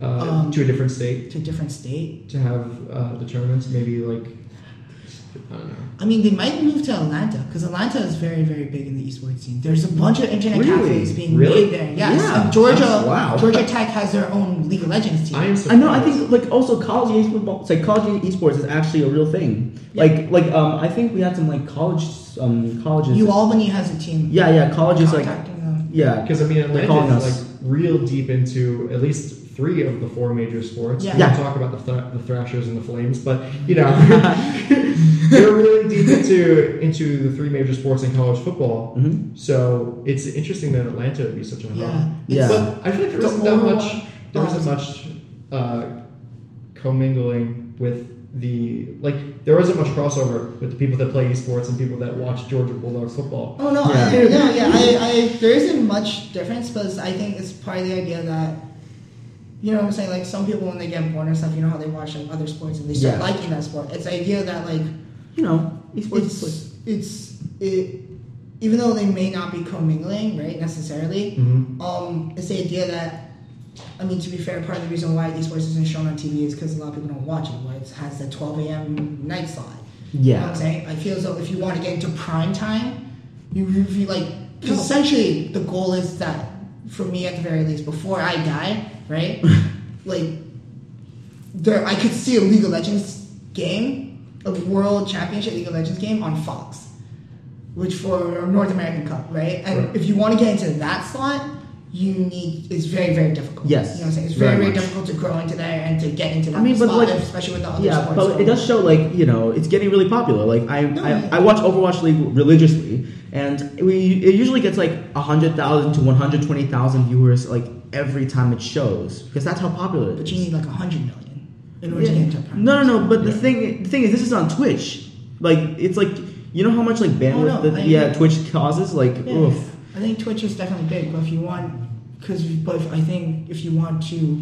[SPEAKER 1] uh,
[SPEAKER 3] Um,
[SPEAKER 1] to a different state
[SPEAKER 3] to a different state.
[SPEAKER 1] to have uh, the tournaments, maybe like I don't know.
[SPEAKER 3] I mean, they might move to Atlanta because Atlanta is very, very big in the esports scene. There's a bunch of internet
[SPEAKER 2] Really?
[SPEAKER 3] cafes being
[SPEAKER 1] Really?
[SPEAKER 3] made there. Yes,
[SPEAKER 2] Yeah.
[SPEAKER 3] and Georgia.
[SPEAKER 2] That's- wow.
[SPEAKER 3] Georgia Tech has their own League of Legends team.
[SPEAKER 1] I am
[SPEAKER 2] I
[SPEAKER 1] surprised.
[SPEAKER 2] know. I think like also college esports, like college esports, is actually a real thing.
[SPEAKER 3] Yeah.
[SPEAKER 2] Like like um, I think we had some like college um colleges.
[SPEAKER 3] UAlbany has a team.
[SPEAKER 2] yeah, yeah, colleges like
[SPEAKER 3] contacting them.
[SPEAKER 2] yeah,
[SPEAKER 1] Because I mean,
[SPEAKER 2] They're calling
[SPEAKER 1] Atlanta is
[SPEAKER 2] us.
[SPEAKER 1] like real deep into at least three of the four major sports.
[SPEAKER 3] Yeah.
[SPEAKER 1] We
[SPEAKER 2] Yeah.
[SPEAKER 1] can talk about the, th- the Thrashers and the Flames, but you know,
[SPEAKER 2] Mm-hmm.
[SPEAKER 1] they're really deep into into the three major sports in college football.
[SPEAKER 2] Mhm.
[SPEAKER 1] So it's interesting that Atlanta would be such a hub.
[SPEAKER 3] Yeah.
[SPEAKER 2] Yeah.
[SPEAKER 1] But I feel like there
[SPEAKER 3] The
[SPEAKER 1] isn't that
[SPEAKER 3] overall-
[SPEAKER 1] much. There isn't much uh, commingling with the like. There isn't much crossover with the people that play esports and people that watch Georgia Bulldog football.
[SPEAKER 3] Oh no,
[SPEAKER 2] Yeah.
[SPEAKER 3] I, no, yeah, I, I, there isn't much difference, but I think it's part of the idea that, you know what I'm saying, like some people when they get bored and stuff, you know how they watch like other sports and they start
[SPEAKER 2] Yeah.
[SPEAKER 3] liking that sport. It's the idea that like
[SPEAKER 2] you know esports.
[SPEAKER 3] it's
[SPEAKER 2] is like,
[SPEAKER 3] it's it, even though they may not be commingling right necessarily,
[SPEAKER 1] Mm-hmm.
[SPEAKER 3] um, it's the idea that. I mean, to be fair, part of the reason why esports isn't shown on TV is because a lot of people don't watch it. Why it has the 12 a.m. night slot. You know what I'm
[SPEAKER 2] yeah,
[SPEAKER 3] saying? I feel as though if you want to get into prime time, you, you, you like, 'cause essentially the goal is that, for me at the very least, before I die, right? like, there, I could see a League of Legends game, a World Championship League of Legends game on Fox, which for a North American Cup, right? And
[SPEAKER 1] Right.
[SPEAKER 3] if you want to get into that slot, you need it's very very difficult.
[SPEAKER 2] Yes,
[SPEAKER 3] you know what I'm saying. It's
[SPEAKER 2] very
[SPEAKER 3] very very,
[SPEAKER 2] much.
[SPEAKER 3] difficult to grow into there and to get into that.
[SPEAKER 2] I mean, but
[SPEAKER 3] spot,
[SPEAKER 2] like-
[SPEAKER 3] especially with the other
[SPEAKER 2] yeah.
[SPEAKER 3] sports.
[SPEAKER 2] But it
[SPEAKER 3] going.
[SPEAKER 2] does show like you know it's getting really popular. Like I
[SPEAKER 3] No, yeah.
[SPEAKER 2] I, I watch Overwatch League religiously, and we it usually gets like hundred thousand to one hundred twenty thousand viewers like every time it shows because that's how popular it is.
[SPEAKER 3] But you need like a hundred million in order to get
[SPEAKER 2] Yeah.
[SPEAKER 3] into a prime.
[SPEAKER 2] No, no, no. But the
[SPEAKER 1] Yeah.
[SPEAKER 2] thing, the thing is, this is on Twitch. Like, it's like you know how much like bandwidth
[SPEAKER 3] Oh, no,
[SPEAKER 2] that
[SPEAKER 3] I
[SPEAKER 2] yeah
[SPEAKER 3] agree.
[SPEAKER 2] Twitch causes. Like,
[SPEAKER 3] Yeah,
[SPEAKER 2] oof.
[SPEAKER 3] I think Twitch is definitely big, but if you want, because but if, I think if you want to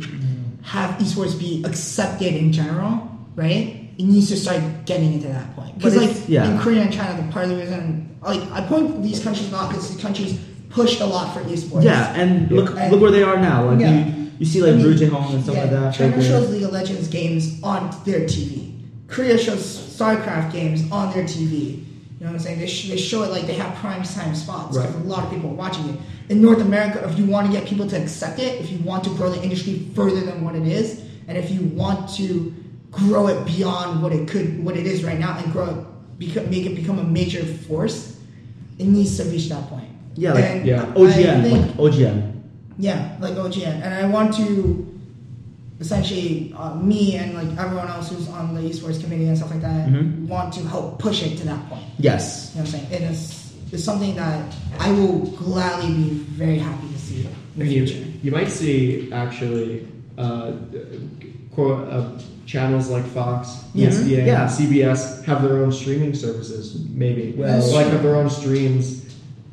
[SPEAKER 3] have esports be accepted in general, right? It needs to start getting into that point. Because
[SPEAKER 2] But
[SPEAKER 3] like
[SPEAKER 2] it's- yeah.
[SPEAKER 3] in Korea and China, the part of the reason, like I point these countries out because these countries pushed a lot for esports.
[SPEAKER 2] Yeah, and look
[SPEAKER 3] And-
[SPEAKER 2] look where they are now. Like
[SPEAKER 3] Yeah.
[SPEAKER 2] you, you see like
[SPEAKER 3] I mean,
[SPEAKER 2] Ru Hong and stuff
[SPEAKER 3] yeah,
[SPEAKER 2] like uh, that.
[SPEAKER 3] China
[SPEAKER 2] like,
[SPEAKER 3] shows League of Legends games on their TV. Korea shows StarCraft games on their TV. You know what I'm saying? They, sh- they show it like they have prime time spots. 'cause
[SPEAKER 1] Right.
[SPEAKER 3] A lot of people are watching it. In North America, if you want to get people to accept it, if you want to grow the industry further than what it is, and if you want to grow it beyond what it could, what it is right now, and grow it, become, make it become a major force, it needs to reach that point.
[SPEAKER 2] yeah, like
[SPEAKER 3] And
[SPEAKER 1] yeah,
[SPEAKER 2] OGN,
[SPEAKER 3] I think-
[SPEAKER 2] like OGN.
[SPEAKER 3] yeah, like OGN. And I want to essentially, uh, me and like everyone else who's on the esports committee and stuff like that,
[SPEAKER 2] Mhm.
[SPEAKER 3] want to help push it to that point.
[SPEAKER 2] Yes.
[SPEAKER 3] You know what I'm saying? It is it's something that I will gladly be very happy to see in
[SPEAKER 1] I
[SPEAKER 3] the
[SPEAKER 1] mean, you,
[SPEAKER 3] future.
[SPEAKER 1] you might see actually uh, quote uh, channels like Fox,
[SPEAKER 2] Yeah.
[SPEAKER 1] ESPN,
[SPEAKER 2] Yeah.
[SPEAKER 1] CBS have their own streaming services. Maybe
[SPEAKER 2] Well-
[SPEAKER 1] like have their own streams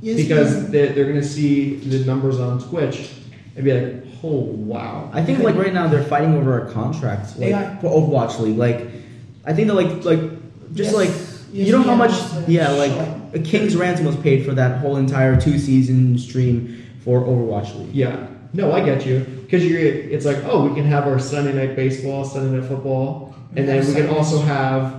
[SPEAKER 3] Yes,
[SPEAKER 1] because they, they're going to see the numbers on Twitch and be like, "Oh wow!"
[SPEAKER 2] I think like right now they're fighting over a contract. Like,
[SPEAKER 3] They are.
[SPEAKER 2] for Overwatch League. Like, I think they're like like just
[SPEAKER 3] Yes.
[SPEAKER 2] like
[SPEAKER 3] Yes,
[SPEAKER 2] you know how
[SPEAKER 3] yeah,
[SPEAKER 2] much
[SPEAKER 3] that's a
[SPEAKER 2] yeah like
[SPEAKER 3] show.
[SPEAKER 2] a King's ransom was paid for that whole entire two season stream for Overwatch League.
[SPEAKER 1] Yeah, no, I get you because you're. It's like, oh, we can have our Sunday night baseball, Sunday night football, and then we can also have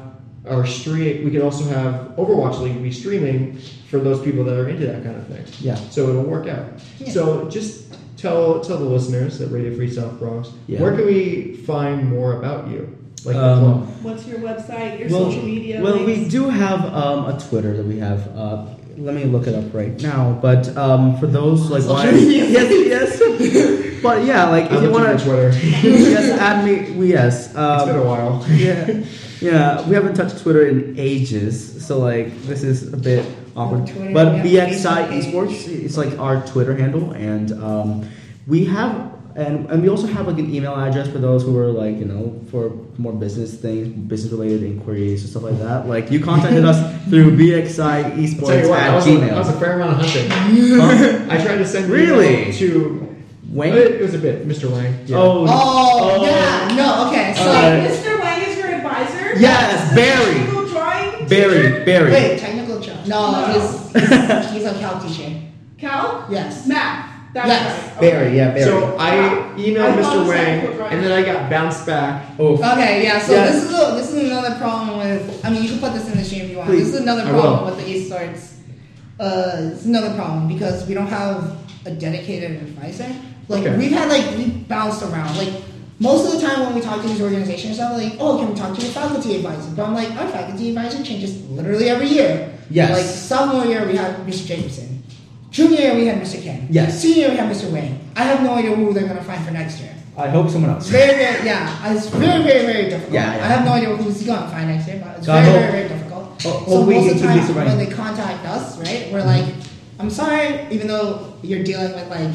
[SPEAKER 1] our stream. We can also have Overwatch League be streaming for those people that are into that kind of thing.
[SPEAKER 2] Yeah.
[SPEAKER 1] So it'll work out.
[SPEAKER 3] Yeah.
[SPEAKER 1] So just tell tell the listeners at Radio Free South Bronx,
[SPEAKER 2] Yeah.
[SPEAKER 1] where can we find more about you? Like the
[SPEAKER 2] Um,
[SPEAKER 1] club.
[SPEAKER 4] What's your website? Your
[SPEAKER 2] well,
[SPEAKER 4] social media?
[SPEAKER 2] Well, we
[SPEAKER 4] links?
[SPEAKER 2] do have um, a Twitter that we have. Uh, let me look it up right now. But um, for those like,
[SPEAKER 3] Social
[SPEAKER 2] why-
[SPEAKER 3] media.
[SPEAKER 2] yes, yes. but yeah, like
[SPEAKER 1] I
[SPEAKER 2] if you
[SPEAKER 1] looked
[SPEAKER 2] want
[SPEAKER 1] at
[SPEAKER 2] to,
[SPEAKER 1] your Twitter.
[SPEAKER 2] yes, add me. we- Yes.
[SPEAKER 1] it's been a
[SPEAKER 2] Um,
[SPEAKER 1] while.
[SPEAKER 2] yeah, yeah. We haven't touched Twitter in ages, so like this is a bit awkward.
[SPEAKER 3] Twitter,
[SPEAKER 2] but
[SPEAKER 3] we have
[SPEAKER 2] BX Side
[SPEAKER 3] Facebook page.
[SPEAKER 2] Esports, it's like our Twitter handle, and um, we have. And, and we also have like an email address for those who are like you know for more business things, business related inquiries and stuff like that. Like you contacted us through BXI
[SPEAKER 1] I'll tell
[SPEAKER 2] Esports
[SPEAKER 1] you what, I
[SPEAKER 2] at
[SPEAKER 1] was, a, I was
[SPEAKER 2] Gmail.
[SPEAKER 1] a fair amount of hunting.
[SPEAKER 2] Huh?
[SPEAKER 1] I tried to send
[SPEAKER 2] Really?
[SPEAKER 1] people to Uh,
[SPEAKER 2] Wayne?
[SPEAKER 1] It was a bit, Mr. Wang. Yeah.
[SPEAKER 2] Oh,
[SPEAKER 3] Oh, yeah, no, okay, so
[SPEAKER 2] Uh,
[SPEAKER 4] Mr. Wang is your advisor.
[SPEAKER 2] Yes, Barry.
[SPEAKER 4] Technical drawing.
[SPEAKER 2] Barry, Barry.
[SPEAKER 3] wait, technical job. No,
[SPEAKER 4] No.
[SPEAKER 3] He's, he's, he's a Cal teacher.
[SPEAKER 4] Cal.
[SPEAKER 3] Yes.
[SPEAKER 4] Math. That's
[SPEAKER 3] Yes.
[SPEAKER 4] right.
[SPEAKER 2] Barry, yeah, Barry.
[SPEAKER 1] So I
[SPEAKER 4] I
[SPEAKER 1] emailed
[SPEAKER 4] thought it
[SPEAKER 1] Mr.
[SPEAKER 4] was
[SPEAKER 1] Wang,
[SPEAKER 4] Apple, right?
[SPEAKER 1] and then I got bounced back.
[SPEAKER 2] oh,
[SPEAKER 3] Okay, yeah. So
[SPEAKER 2] Yeah.
[SPEAKER 3] this is a, this is another problem with. I mean, you can put this in the
[SPEAKER 2] Please.
[SPEAKER 3] This is another
[SPEAKER 1] I
[SPEAKER 3] problem
[SPEAKER 1] will.
[SPEAKER 3] with the esports. Uh, it's another problem because we don't have a dedicated advisor. Like
[SPEAKER 1] Okay.
[SPEAKER 3] we've had like we bounced around. Like most of the time when we talk to these organizations, I'm like, oh, can we talk to your faculty advisor? But I'm like, our faculty advisor changes literally every year.
[SPEAKER 2] Yes.
[SPEAKER 3] Like sophomore year we had Mr. Jacobson. Junior year we had Mr. Ken.
[SPEAKER 2] Yes.
[SPEAKER 3] Senior year we had Mr. Wayne. I have no idea who they're gonna find for next year.
[SPEAKER 2] I hope someone else.
[SPEAKER 3] It's very, very, yeah. It's very, very, very difficult.
[SPEAKER 2] Yeah, yeah.
[SPEAKER 3] I have no idea who's going to find next year, but it's
[SPEAKER 2] God,
[SPEAKER 3] very,
[SPEAKER 2] hope-
[SPEAKER 3] very, very difficult.
[SPEAKER 2] ho-
[SPEAKER 3] so
[SPEAKER 2] hope we
[SPEAKER 3] most of
[SPEAKER 2] can
[SPEAKER 3] the
[SPEAKER 2] do
[SPEAKER 3] time
[SPEAKER 2] this right.
[SPEAKER 3] when they contact us, right, we're like, I'm sorry, even though you're dealing with like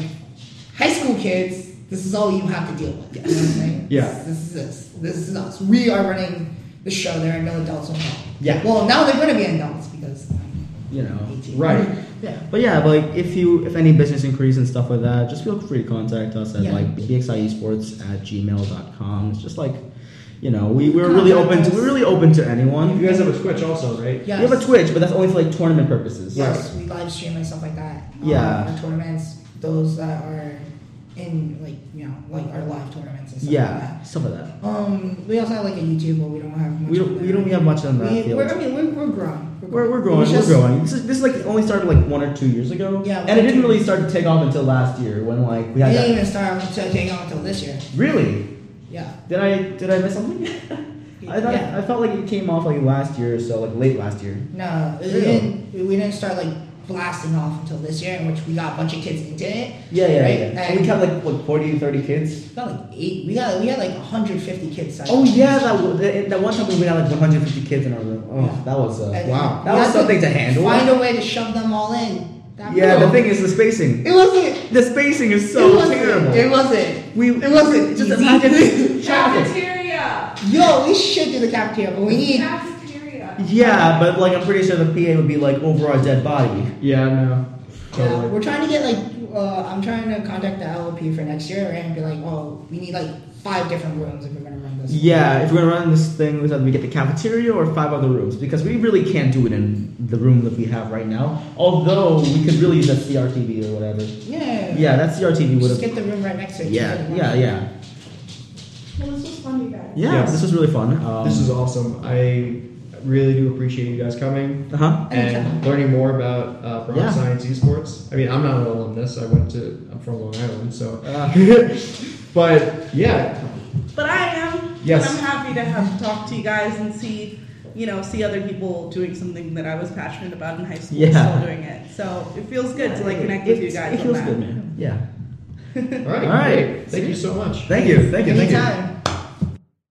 [SPEAKER 3] high school kids, this is all you have to deal with. You know what I'm saying?
[SPEAKER 1] Yeah.
[SPEAKER 3] This, this is us. This is us. We are running the show. There are no adults involved.
[SPEAKER 2] Yeah.
[SPEAKER 3] Well, now they're going to be adults because
[SPEAKER 2] You know.
[SPEAKER 3] I'm 18.
[SPEAKER 1] Right.
[SPEAKER 3] Yeah.
[SPEAKER 2] But yeah, but like if you if any business inquiries and stuff like that, just feel free to contact us at
[SPEAKER 3] Yeah.
[SPEAKER 2] like bxiesports at gmail.com. It's just like you know, we, we're really open to we're really open to anyone.
[SPEAKER 1] You guys have a Twitch also, right?
[SPEAKER 3] Yes.
[SPEAKER 2] We have a Twitch, but that's only for like tournament purposes.
[SPEAKER 3] Yes, we live stream and stuff like that. Um,
[SPEAKER 2] Yeah.
[SPEAKER 3] the tournaments, those that are in like you know like our live tournaments and stuff like
[SPEAKER 2] Yeah,
[SPEAKER 3] that.
[SPEAKER 2] stuff like that.
[SPEAKER 3] Um, we also have like a YouTube, but we don't have much.
[SPEAKER 2] We don't
[SPEAKER 3] of
[SPEAKER 2] we don't
[SPEAKER 3] that.
[SPEAKER 2] have much on that
[SPEAKER 3] We,
[SPEAKER 2] field.
[SPEAKER 3] we're, I mean, we're, we're grown.
[SPEAKER 2] We're, we're growing,
[SPEAKER 3] It's
[SPEAKER 2] we're
[SPEAKER 3] just-
[SPEAKER 2] growing. This is, this is like only started like one or two years ago.
[SPEAKER 3] Yeah,
[SPEAKER 2] and it
[SPEAKER 3] one or
[SPEAKER 2] didn't
[SPEAKER 3] two.
[SPEAKER 2] really start to take off until last year when like we
[SPEAKER 3] We
[SPEAKER 2] had
[SPEAKER 3] didn't
[SPEAKER 2] that.
[SPEAKER 3] even start to take on until this year.
[SPEAKER 2] Really?
[SPEAKER 3] Yeah.
[SPEAKER 2] Did I did I miss something? I thought
[SPEAKER 3] Yeah.
[SPEAKER 2] I felt like it came off like last year or so, like late last year.
[SPEAKER 3] No, it
[SPEAKER 2] Really?
[SPEAKER 3] didn't, we didn't start like blasting off until this year, in which we got a bunch of kids into it.
[SPEAKER 2] Yeah, yeah,
[SPEAKER 3] Right?
[SPEAKER 2] yeah. And
[SPEAKER 3] And-
[SPEAKER 2] we had like what 40, 30 kids.
[SPEAKER 3] We got like eight. We got we had like 150 kids. signed
[SPEAKER 2] Oh
[SPEAKER 3] up.
[SPEAKER 2] yeah, that wa- that, that one time we had like one hundred fifty kids in our room. Oh,
[SPEAKER 3] Yeah.
[SPEAKER 2] that was uh,
[SPEAKER 3] And
[SPEAKER 1] Wow.
[SPEAKER 3] we
[SPEAKER 2] that was
[SPEAKER 3] had to
[SPEAKER 2] something to handle.
[SPEAKER 3] Find a way to shove them all in. That
[SPEAKER 2] yeah,
[SPEAKER 3] was-
[SPEAKER 2] the thing is the spacing.
[SPEAKER 3] It wasn't.
[SPEAKER 2] The spacing is
[SPEAKER 3] it
[SPEAKER 2] so
[SPEAKER 3] wasn't,
[SPEAKER 2] terrible.
[SPEAKER 3] It wasn't.
[SPEAKER 2] we
[SPEAKER 3] It wasn't.
[SPEAKER 2] just
[SPEAKER 3] easy.
[SPEAKER 2] imagine traffic.
[SPEAKER 4] Cafeteria.
[SPEAKER 3] Yo, we should do the cafeteria, but we need.
[SPEAKER 4] Cafeteria.
[SPEAKER 2] Yeah, but like I'm pretty sure the PA would be like over our dead body.
[SPEAKER 1] Yeah, no.
[SPEAKER 3] Yeah,
[SPEAKER 1] Totally.
[SPEAKER 3] we're trying to get like. Uh, I'm trying to contact the LLP for next year and be like, oh, we need like five different rooms if we're gonna run this.
[SPEAKER 2] Yeah, if we're gonna run this thing, we have we get the cafeteria or five other rooms because we really can't do it in the room that we have right now. Although we could really use that CRTV or whatever.
[SPEAKER 3] Yeah.
[SPEAKER 2] Yeah, that CRTV would
[SPEAKER 3] Just
[SPEAKER 2] have.
[SPEAKER 3] get the room right next to it.
[SPEAKER 2] Yeah, yeah, yeah,
[SPEAKER 4] Well, this was fun, you guys.
[SPEAKER 2] yeah.
[SPEAKER 1] Yes.
[SPEAKER 2] This was really fun. Um,
[SPEAKER 1] This is awesome. I really do appreciate you guys coming
[SPEAKER 2] Uh huh.
[SPEAKER 1] and learning more about uh, Vermont
[SPEAKER 2] Yeah.
[SPEAKER 1] Science Esports. I mean, I'm not an alumnus. I went to, I'm from Long Island, so.
[SPEAKER 2] Uh,
[SPEAKER 1] but yeah,
[SPEAKER 4] But I am.
[SPEAKER 1] Yes.
[SPEAKER 4] And I'm happy to have talked to you guys and see, you know, see other people doing something that I was passionate about in high school
[SPEAKER 2] Yeah.
[SPEAKER 4] still doing it. So it feels good to like connect with you
[SPEAKER 2] it's-
[SPEAKER 4] guys
[SPEAKER 2] It
[SPEAKER 4] on
[SPEAKER 2] feels
[SPEAKER 4] that.
[SPEAKER 2] good, man. Yeah.
[SPEAKER 1] all right.
[SPEAKER 2] All right.
[SPEAKER 1] great. Thank you so much.
[SPEAKER 2] Thank you. Thank you. Thank you.
[SPEAKER 3] Anytime.